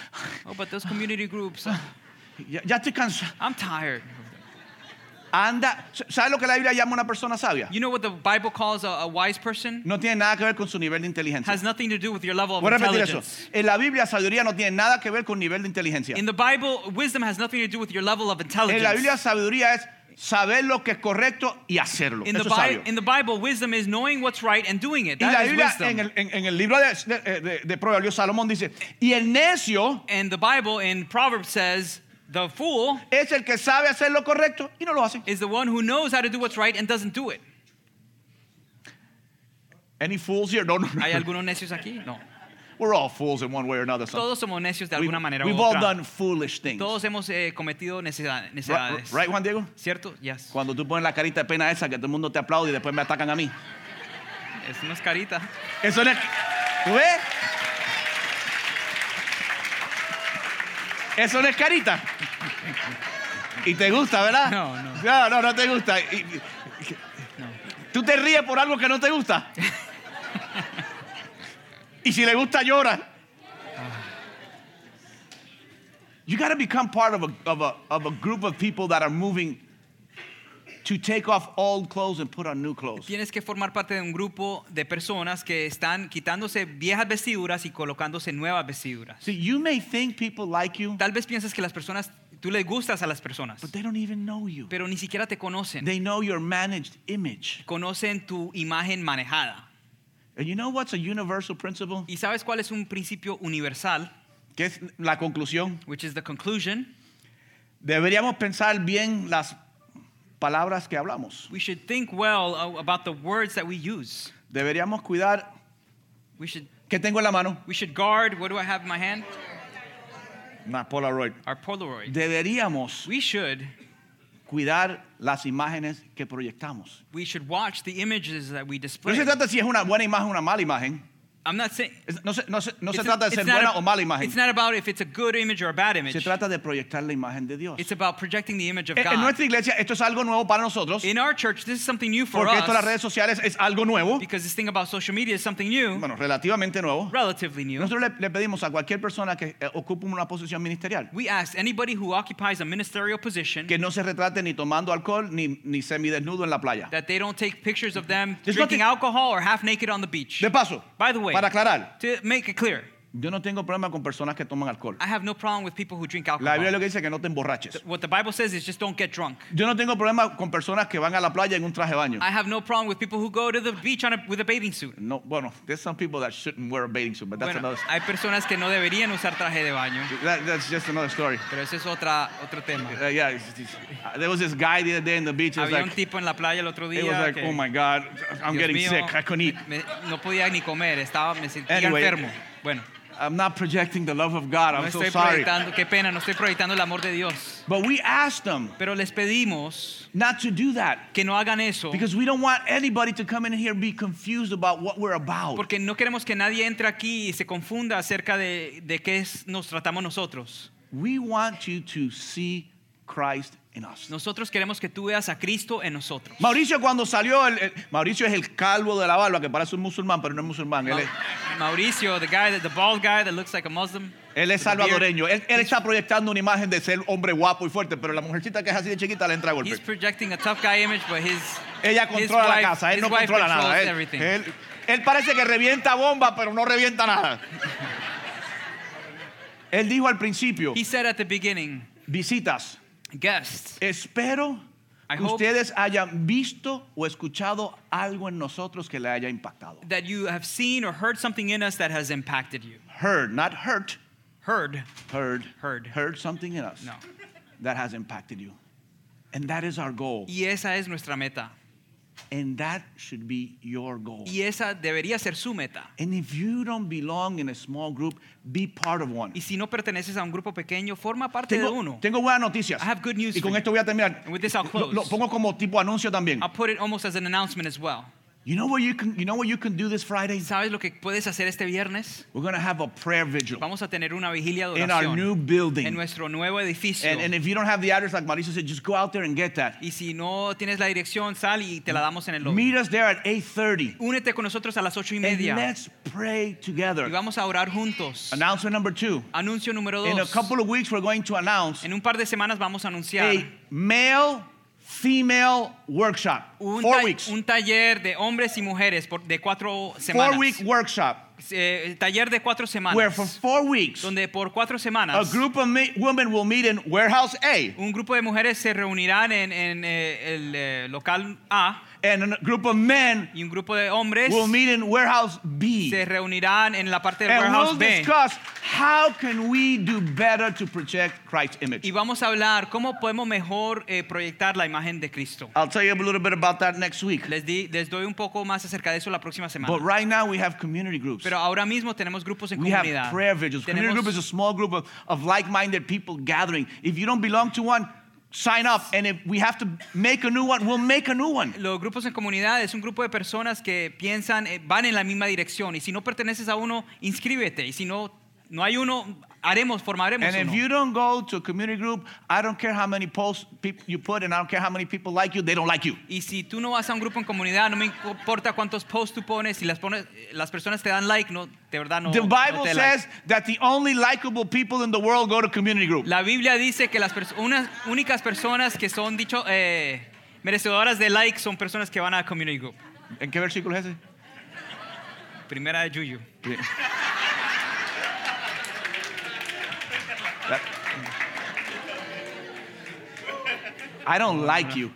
[SPEAKER 2] Oh, but those community groups, uh,
[SPEAKER 1] ya, ya estoy cansado.
[SPEAKER 2] I'm tired.
[SPEAKER 1] Anda, ¿sabes lo que la Biblia llama una persona sabia?
[SPEAKER 2] You know what the Bible calls a, a wise person?
[SPEAKER 1] No tiene nada que ver con su nivel de inteligencia.
[SPEAKER 2] Has nothing to do with your level of
[SPEAKER 1] Voy a repetir eso.
[SPEAKER 2] intelligence.
[SPEAKER 1] En la Biblia, sabiduría no tiene nada que ver con nivel de inteligencia.
[SPEAKER 2] In the Bible, wisdom has nothing to do with your level of
[SPEAKER 1] En la Biblia,
[SPEAKER 2] intelligence.
[SPEAKER 1] sabiduría es saber lo que es correcto y hacerlo.
[SPEAKER 2] In the,
[SPEAKER 1] Eso es sabio.
[SPEAKER 2] Bi- in the Bible, wisdom is knowing what's right and doing it.
[SPEAKER 1] Y la
[SPEAKER 2] That is
[SPEAKER 1] Biblia en
[SPEAKER 2] wisdom.
[SPEAKER 1] el, en- en el libro de, de, de- de Proverbios, Salomón dice, y el necio
[SPEAKER 2] And the Bible in Proverbs says, the fool
[SPEAKER 1] es el que sabe hacer lo correcto y no lo hace.
[SPEAKER 2] is the one who knows how to do what's right and doesn't do it.
[SPEAKER 1] Any fools here? No, no, no.
[SPEAKER 2] ¿Hay algunos necios aquí? No.
[SPEAKER 1] We're all fools in one way or another. son.
[SPEAKER 2] Todos somos necios de
[SPEAKER 1] We've,
[SPEAKER 2] alguna manera u
[SPEAKER 1] we've all
[SPEAKER 2] otra.
[SPEAKER 1] done foolish things.
[SPEAKER 2] Todos hemos eh, cometido necedad-
[SPEAKER 1] Right,
[SPEAKER 2] necedades.
[SPEAKER 1] right, Juan Diego?
[SPEAKER 2] ¿Cierto? Yes.
[SPEAKER 1] Cuando tú pones la carita de pena esa que todo el mundo te aplaude y después me atacan a mí.
[SPEAKER 2] Es una carita.
[SPEAKER 1] Eso no es... ¿Tú ves? Eso no es carita. Y te gusta, ¿verdad?
[SPEAKER 2] No, no.
[SPEAKER 1] No, no, no te gusta. Y- y- Tú te ríes por algo que no te gusta. y si le gusta, llora. You got to become part of a, of, a, of a group of people that are moving to take off old clothes and put on new clothes.
[SPEAKER 2] Tienes que formar parte de un grupo de personas que están quitándose viejas vestiduras y colocándose nuevas vestiduras.
[SPEAKER 1] See, you may think people like you,
[SPEAKER 2] Tal vez piensas que las personas, tú les gustas a las personas,
[SPEAKER 1] but they don't even know you.
[SPEAKER 2] pero ni siquiera te conocen.
[SPEAKER 1] They know your managed image.
[SPEAKER 2] Conocen tu imagen manejada.
[SPEAKER 1] And you know what's a universal principle?
[SPEAKER 2] ¿Y sabes cuál es un principio universal?
[SPEAKER 1] Que es la conclusión.
[SPEAKER 2] Which is the conclusion.
[SPEAKER 1] Deberíamos pensar bien las palabras que hablamos.
[SPEAKER 2] We should think well uh, about the words that we use.
[SPEAKER 1] Deberíamos cuidar
[SPEAKER 2] We should,
[SPEAKER 1] ¿Qué tengo en la mano?
[SPEAKER 2] we should guard, what do I have in my hand?
[SPEAKER 1] Una Polaroid.
[SPEAKER 2] Our Polaroid.
[SPEAKER 1] Deberíamos
[SPEAKER 2] We should,
[SPEAKER 1] cuidar las imágenes que proyectamos.
[SPEAKER 2] we should watch the images that we
[SPEAKER 1] No
[SPEAKER 2] display.
[SPEAKER 1] se trata si es una buena imagen o una mala imagen.
[SPEAKER 2] I'm not saying...
[SPEAKER 1] Es- No se, no se- no se
[SPEAKER 2] It's-
[SPEAKER 1] trata de
[SPEAKER 2] it's
[SPEAKER 1] ser
[SPEAKER 2] not
[SPEAKER 1] buena
[SPEAKER 2] a-
[SPEAKER 1] o mala
[SPEAKER 2] It's
[SPEAKER 1] imagen.
[SPEAKER 2] not about if it's a good image or a bad
[SPEAKER 1] Se
[SPEAKER 2] image.
[SPEAKER 1] trata de proyectar la imagen de Dios.
[SPEAKER 2] It's about projecting the image of
[SPEAKER 1] En, en
[SPEAKER 2] God.
[SPEAKER 1] nuestra iglesia esto es algo nuevo para nosotros.
[SPEAKER 2] In our church, this is something new for
[SPEAKER 1] Porque esto de las
[SPEAKER 2] us
[SPEAKER 1] redes sociales es algo nuevo.
[SPEAKER 2] because this thing about social media is something new,
[SPEAKER 1] Bueno, relativamente nuevo.
[SPEAKER 2] relatively new.
[SPEAKER 1] Nosotros le, le pedimos a cualquier persona que eh, ocupe una posición ministerial
[SPEAKER 2] We ask anybody who occupies a ministerial position
[SPEAKER 1] que no se retrate ni tomando alcohol ni, ni semidesnudo en la playa.
[SPEAKER 2] that they don't take pictures of them
[SPEAKER 1] There's
[SPEAKER 2] drinking
[SPEAKER 1] nothing-
[SPEAKER 2] alcohol or half naked on the beach.
[SPEAKER 1] De paso,
[SPEAKER 2] By the way,
[SPEAKER 1] para aclarar,
[SPEAKER 2] to make it clear,
[SPEAKER 1] yo no tengo problema con personas que toman alcohol.
[SPEAKER 2] I have no problem with people who drink
[SPEAKER 1] La Biblia
[SPEAKER 2] alcohol.
[SPEAKER 1] lo que dice es que no te emborraches.
[SPEAKER 2] What the Bible says is just don't get drunk.
[SPEAKER 1] Yo no tengo problema con personas que van a la playa en un traje de baño.
[SPEAKER 2] I have no problem with people who go to the beach on a, with a bathing suit.
[SPEAKER 1] No, bueno, there's some people that shouldn't wear a bathing suit, but that's
[SPEAKER 2] Bueno,
[SPEAKER 1] another
[SPEAKER 2] hay personas que no deberían usar traje de baño.
[SPEAKER 1] that- that's just another story.
[SPEAKER 2] Pero eso es otra, otro tema.
[SPEAKER 1] Uh, yeah, it's- it's- uh, there was this guy the other day in the beach. It was
[SPEAKER 2] Había un
[SPEAKER 1] like,
[SPEAKER 2] tipo en la playa el otro
[SPEAKER 1] it
[SPEAKER 2] día
[SPEAKER 1] was like,
[SPEAKER 2] que,
[SPEAKER 1] oh my God, I'm
[SPEAKER 2] Dios
[SPEAKER 1] getting
[SPEAKER 2] mío,
[SPEAKER 1] sick. I couldn't eat.
[SPEAKER 2] me- no podía ni comer, estaba, me sentía
[SPEAKER 1] Anyway.
[SPEAKER 2] enfermo. Bueno,
[SPEAKER 1] I'm not projecting the love of God.
[SPEAKER 2] no
[SPEAKER 1] I'm so
[SPEAKER 2] estoy
[SPEAKER 1] sorry.
[SPEAKER 2] proyectando, qué pena, no estoy proyectando el amor de Dios.
[SPEAKER 1] But we asked them
[SPEAKER 2] Pero les pedimos
[SPEAKER 1] not to do that
[SPEAKER 2] que no hagan eso,
[SPEAKER 1] because we don't want anybody to come in here and be confused about what we're about.
[SPEAKER 2] porque no queremos que nadie entre aquí y se confunda acerca de, de qué es, nos tratamos nosotros.
[SPEAKER 1] We want you to see Christ in us.
[SPEAKER 2] Nosotros queremos que tú veas a Cristo en nosotros.
[SPEAKER 1] Mauricio cuando salió, el- el- Mauricio es el calvo de la barba que parece un musulmán, pero no es musulmán. Él es,
[SPEAKER 2] Ma- Mauricio, the guy, that, the bald guy that looks like a Muslim.
[SPEAKER 1] él es
[SPEAKER 2] with a beard,
[SPEAKER 1] salvadoreño. Él, él está proyectando una imagen de ser hombre guapo y fuerte, pero la mujercita que es así de chiquita le entra a
[SPEAKER 2] He's
[SPEAKER 1] golpe.
[SPEAKER 2] projecting a tough guy image, but his,
[SPEAKER 1] Ella
[SPEAKER 2] his
[SPEAKER 1] controla la
[SPEAKER 2] wife-
[SPEAKER 1] casa, él
[SPEAKER 2] his
[SPEAKER 1] no
[SPEAKER 2] wife
[SPEAKER 1] controla
[SPEAKER 2] controls
[SPEAKER 1] nada. Él,
[SPEAKER 2] everything.
[SPEAKER 1] él- él parece que revienta bomba, pero no revienta nada. Él dijo al principio,
[SPEAKER 2] He said at the beginning,
[SPEAKER 1] visitas,
[SPEAKER 2] guests,
[SPEAKER 1] espero
[SPEAKER 2] I
[SPEAKER 1] que
[SPEAKER 2] hope-
[SPEAKER 1] ustedes hayan visto o escuchado algo en nosotros que le haya impactado.
[SPEAKER 2] that you have seen or heard something in us that has impacted you.
[SPEAKER 1] Heard, not hurt.
[SPEAKER 2] Heard.
[SPEAKER 1] Heard.
[SPEAKER 2] Heard.
[SPEAKER 1] Heard something in us
[SPEAKER 2] No.
[SPEAKER 1] that has impacted you. And that is our goal.
[SPEAKER 2] Y esa es nuestra meta.
[SPEAKER 1] And that should be your goal.
[SPEAKER 2] Y esa debería ser su meta.
[SPEAKER 1] And if you don't belong in a small group, be part of one.
[SPEAKER 2] Y si no perteneces a un grupo pequeño, forma parte de
[SPEAKER 1] Tengo,
[SPEAKER 2] uno.
[SPEAKER 1] tengo buenas noticias.
[SPEAKER 2] I have good news
[SPEAKER 1] y con
[SPEAKER 2] for
[SPEAKER 1] esto voy a terminar.
[SPEAKER 2] And with this I'll
[SPEAKER 1] Lo, lo
[SPEAKER 2] close. Ah.
[SPEAKER 1] pongo como tipo anuncio también.
[SPEAKER 2] I'll put it almost as an announcement as well.
[SPEAKER 1] You know what you can you know what you can do this Friday?
[SPEAKER 2] ¿Sabes lo que puedes hacer este viernes?
[SPEAKER 1] We're gonna have a prayer vigil
[SPEAKER 2] Vamos a tener una vigilia de
[SPEAKER 1] in our
[SPEAKER 2] oración
[SPEAKER 1] new
[SPEAKER 2] en
[SPEAKER 1] building.
[SPEAKER 2] nuestro nuevo edificio.
[SPEAKER 1] And, and if you don't have the address, like Mauricio said, just go out there and get that.
[SPEAKER 2] y si no tienes la dirección, sal y te la damos en el lobby.
[SPEAKER 1] Meet us there at 8:30.
[SPEAKER 2] Únete con nosotros a las ocho y
[SPEAKER 1] And
[SPEAKER 2] media
[SPEAKER 1] let's pray
[SPEAKER 2] y
[SPEAKER 1] together.
[SPEAKER 2] vamos a orar juntos.
[SPEAKER 1] Announcement number two.
[SPEAKER 2] Anuncio número
[SPEAKER 1] In a
[SPEAKER 2] dos.
[SPEAKER 1] couple of weeks, we're going to announce
[SPEAKER 2] En un par de semanas vamos a anunciar
[SPEAKER 1] a male female workshop.
[SPEAKER 2] un,
[SPEAKER 1] Four
[SPEAKER 2] ta-
[SPEAKER 1] weeks.
[SPEAKER 2] un taller de hombres y mujeres por- de cuatro
[SPEAKER 1] Four
[SPEAKER 2] semanas.
[SPEAKER 1] week workshop
[SPEAKER 2] Eh, taller de cuatro
[SPEAKER 1] where for
[SPEAKER 2] semanas.
[SPEAKER 1] four weeks
[SPEAKER 2] Donde por cuatro semanas
[SPEAKER 1] a group of me- women will meet in warehouse A
[SPEAKER 2] un grupo de mujeres se reunirán en, en, eh, el eh, local A
[SPEAKER 1] and a group of men
[SPEAKER 2] y un grupo de hombres
[SPEAKER 1] will meet in warehouse B.
[SPEAKER 2] se reunirán en la parte del
[SPEAKER 1] And we'll
[SPEAKER 2] warehouse B.
[SPEAKER 1] discuss how can we do better to project Christ's
[SPEAKER 2] Y
[SPEAKER 1] image.
[SPEAKER 2] vamos a hablar cómo podemos mejor eh, proyectar la imagen de Cristo.
[SPEAKER 1] I'll tell you a little bit about that next week.
[SPEAKER 2] Les, di- les doy un poco más acerca de eso la próxima
[SPEAKER 1] But
[SPEAKER 2] semana.
[SPEAKER 1] right now we have community groups.
[SPEAKER 2] Pero ahora mismo tenemos grupos en
[SPEAKER 1] We have
[SPEAKER 2] comunidad.
[SPEAKER 1] prayer vigils. Community
[SPEAKER 2] Tenemos-
[SPEAKER 1] group is a small group of, of like-minded people gathering. If you don't belong to one, sign up. And if we have to make a new one, we'll make a new one.
[SPEAKER 2] Los grupos en comunidad es un grupo de personas que piensan, eh, van en la misma dirección. Y si no perteneces a uno, inscríbete. Y si no, no hay uno, haremos, formaremos
[SPEAKER 1] And if
[SPEAKER 2] uno.
[SPEAKER 1] you don't go to a community group, I don't care how many posts peop- you put, and I don't care how many people like you, they don't like you.
[SPEAKER 2] Y si tú no vas a un grupo en comunidad, no me importa cuántos posts tú pones, si las, pones, las personas te dan like, no, de verdad no.
[SPEAKER 1] The
[SPEAKER 2] no
[SPEAKER 1] Bible
[SPEAKER 2] te like.
[SPEAKER 1] says that the only likable people in the world go to community group.
[SPEAKER 2] La Biblia dice que las pers- unas, únicas personas que son dicho, eh, merecedoras de like son personas que van a community group.
[SPEAKER 1] ¿En qué versículo es ese?
[SPEAKER 2] Primera de Yuyu.
[SPEAKER 1] I don't like you.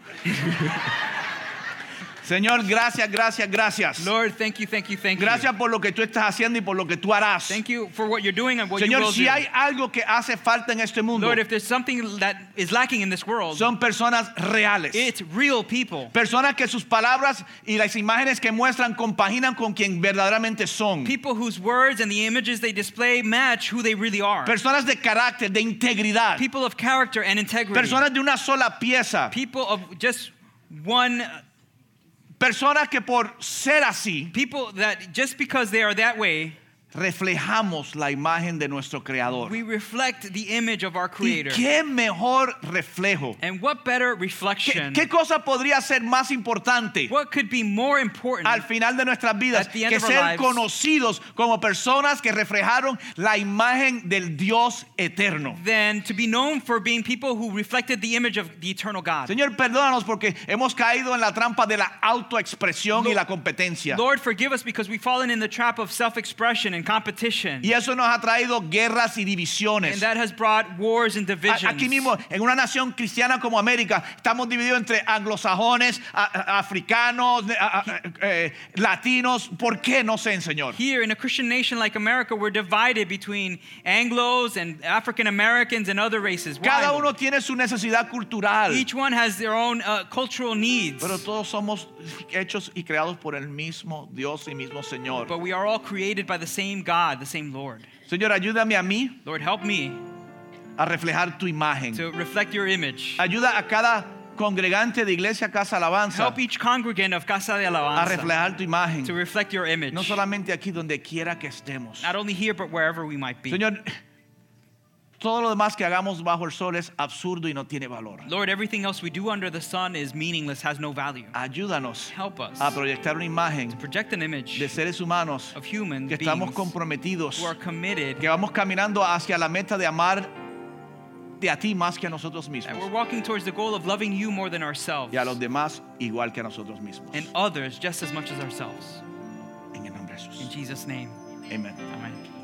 [SPEAKER 1] Señor, gracias, gracias, gracias.
[SPEAKER 2] Lord, thank you, thank you, thank you.
[SPEAKER 1] Gracias por lo que tú estás haciendo y por lo que tú harás.
[SPEAKER 2] Thank you for what you're doing and what you
[SPEAKER 1] Señor,
[SPEAKER 2] will
[SPEAKER 1] si
[SPEAKER 2] do.
[SPEAKER 1] hay algo que hace falta en este mundo,
[SPEAKER 2] Lord, if there's something that is lacking in this world,
[SPEAKER 1] son personas reales.
[SPEAKER 2] it's real people.
[SPEAKER 1] Personas que sus palabras y las imágenes que muestran compaginan con quien verdaderamente son.
[SPEAKER 2] People whose words and the images they display match who they really are.
[SPEAKER 1] Personas de carácter, de integridad.
[SPEAKER 2] People of character and integrity.
[SPEAKER 1] Personas de una sola pieza.
[SPEAKER 2] People of just one,
[SPEAKER 1] Personas que por ser así
[SPEAKER 2] people that just because they are that way,
[SPEAKER 1] reflejamos la imagen de nuestro creador.
[SPEAKER 2] we reflect the image of our
[SPEAKER 1] ¿Y
[SPEAKER 2] Creator.
[SPEAKER 1] qué mejor reflejo?
[SPEAKER 2] And what better
[SPEAKER 1] ¿Qué,
[SPEAKER 2] reflection?
[SPEAKER 1] qué cosa podría ser más importante
[SPEAKER 2] What could be more important
[SPEAKER 1] al final de nuestras vidas
[SPEAKER 2] At the end
[SPEAKER 1] que
[SPEAKER 2] of our
[SPEAKER 1] ser
[SPEAKER 2] lives.
[SPEAKER 1] conocidos como personas que reflejaron la imagen del Dios eterno?
[SPEAKER 2] than to be known for being people who reflected the image of the eternal God?
[SPEAKER 1] Señor, perdónanos porque hemos caído en la trampa de la autoexpresión y la competencia.
[SPEAKER 2] Lord, forgive us because we've fallen in the trap of self expression and competition.
[SPEAKER 1] Y eso nos ha traído guerras y
[SPEAKER 2] And
[SPEAKER 1] divisiones.
[SPEAKER 2] that has brought wars and divisions.
[SPEAKER 1] A- Aquí mismo, en una nación cristiana como América, estamos divididos entre anglosajones, a- a- africanos, ne- a- a- eh, latinos. ¿Por qué no sé, Señor?
[SPEAKER 2] Here in a Christian nation like America, we're divided between Anglos and African Americans and other races. Why,
[SPEAKER 1] Cada
[SPEAKER 2] Lord?
[SPEAKER 1] uno tiene su necesidad cultural,
[SPEAKER 2] Each one has their own uh, cultural needs.
[SPEAKER 1] pero todos somos hechos y creados por el mismo Dios y mismo Señor.
[SPEAKER 2] But we are all created by the same God, the same Lord.
[SPEAKER 1] Señor, ayúdame a mí
[SPEAKER 2] Lord, help me
[SPEAKER 1] a reflejar tu imagen.
[SPEAKER 2] to reflect your image.
[SPEAKER 1] Ayuda a cada congregante de iglesia Casa Alabanza
[SPEAKER 2] Help each congregant of Casa de
[SPEAKER 1] a
[SPEAKER 2] Alabanza
[SPEAKER 1] reflejar tu imagen.
[SPEAKER 2] to reflect your image.
[SPEAKER 1] No solamente aquí, donde quiera que estemos.
[SPEAKER 2] Not only here, but wherever we might be.
[SPEAKER 1] Señor, todo lo demás que hagamos bajo el sol es absurdo y no tiene valor.
[SPEAKER 2] Lord, everything else we do under the sun is meaningless, has no value.
[SPEAKER 1] Ayúdanos
[SPEAKER 2] Help us
[SPEAKER 1] a proyectar una imagen
[SPEAKER 2] project an image
[SPEAKER 1] Ah, de seres humanos
[SPEAKER 2] of human
[SPEAKER 1] que
[SPEAKER 2] beings
[SPEAKER 1] estamos
[SPEAKER 2] who
[SPEAKER 1] comprometidos,
[SPEAKER 2] are committed
[SPEAKER 1] que vamos caminando hacia la meta de amar de a ti más que a nosotros
[SPEAKER 2] And we're
[SPEAKER 1] mismos
[SPEAKER 2] walking towards the goal of loving you more than ourselves
[SPEAKER 1] y a los demás igual que a nosotros mismos.
[SPEAKER 2] and others just as much as ourselves.
[SPEAKER 1] En el nombre de
[SPEAKER 2] In
[SPEAKER 1] Jesús.
[SPEAKER 2] Jesus' name,
[SPEAKER 1] Amén.
[SPEAKER 2] amen.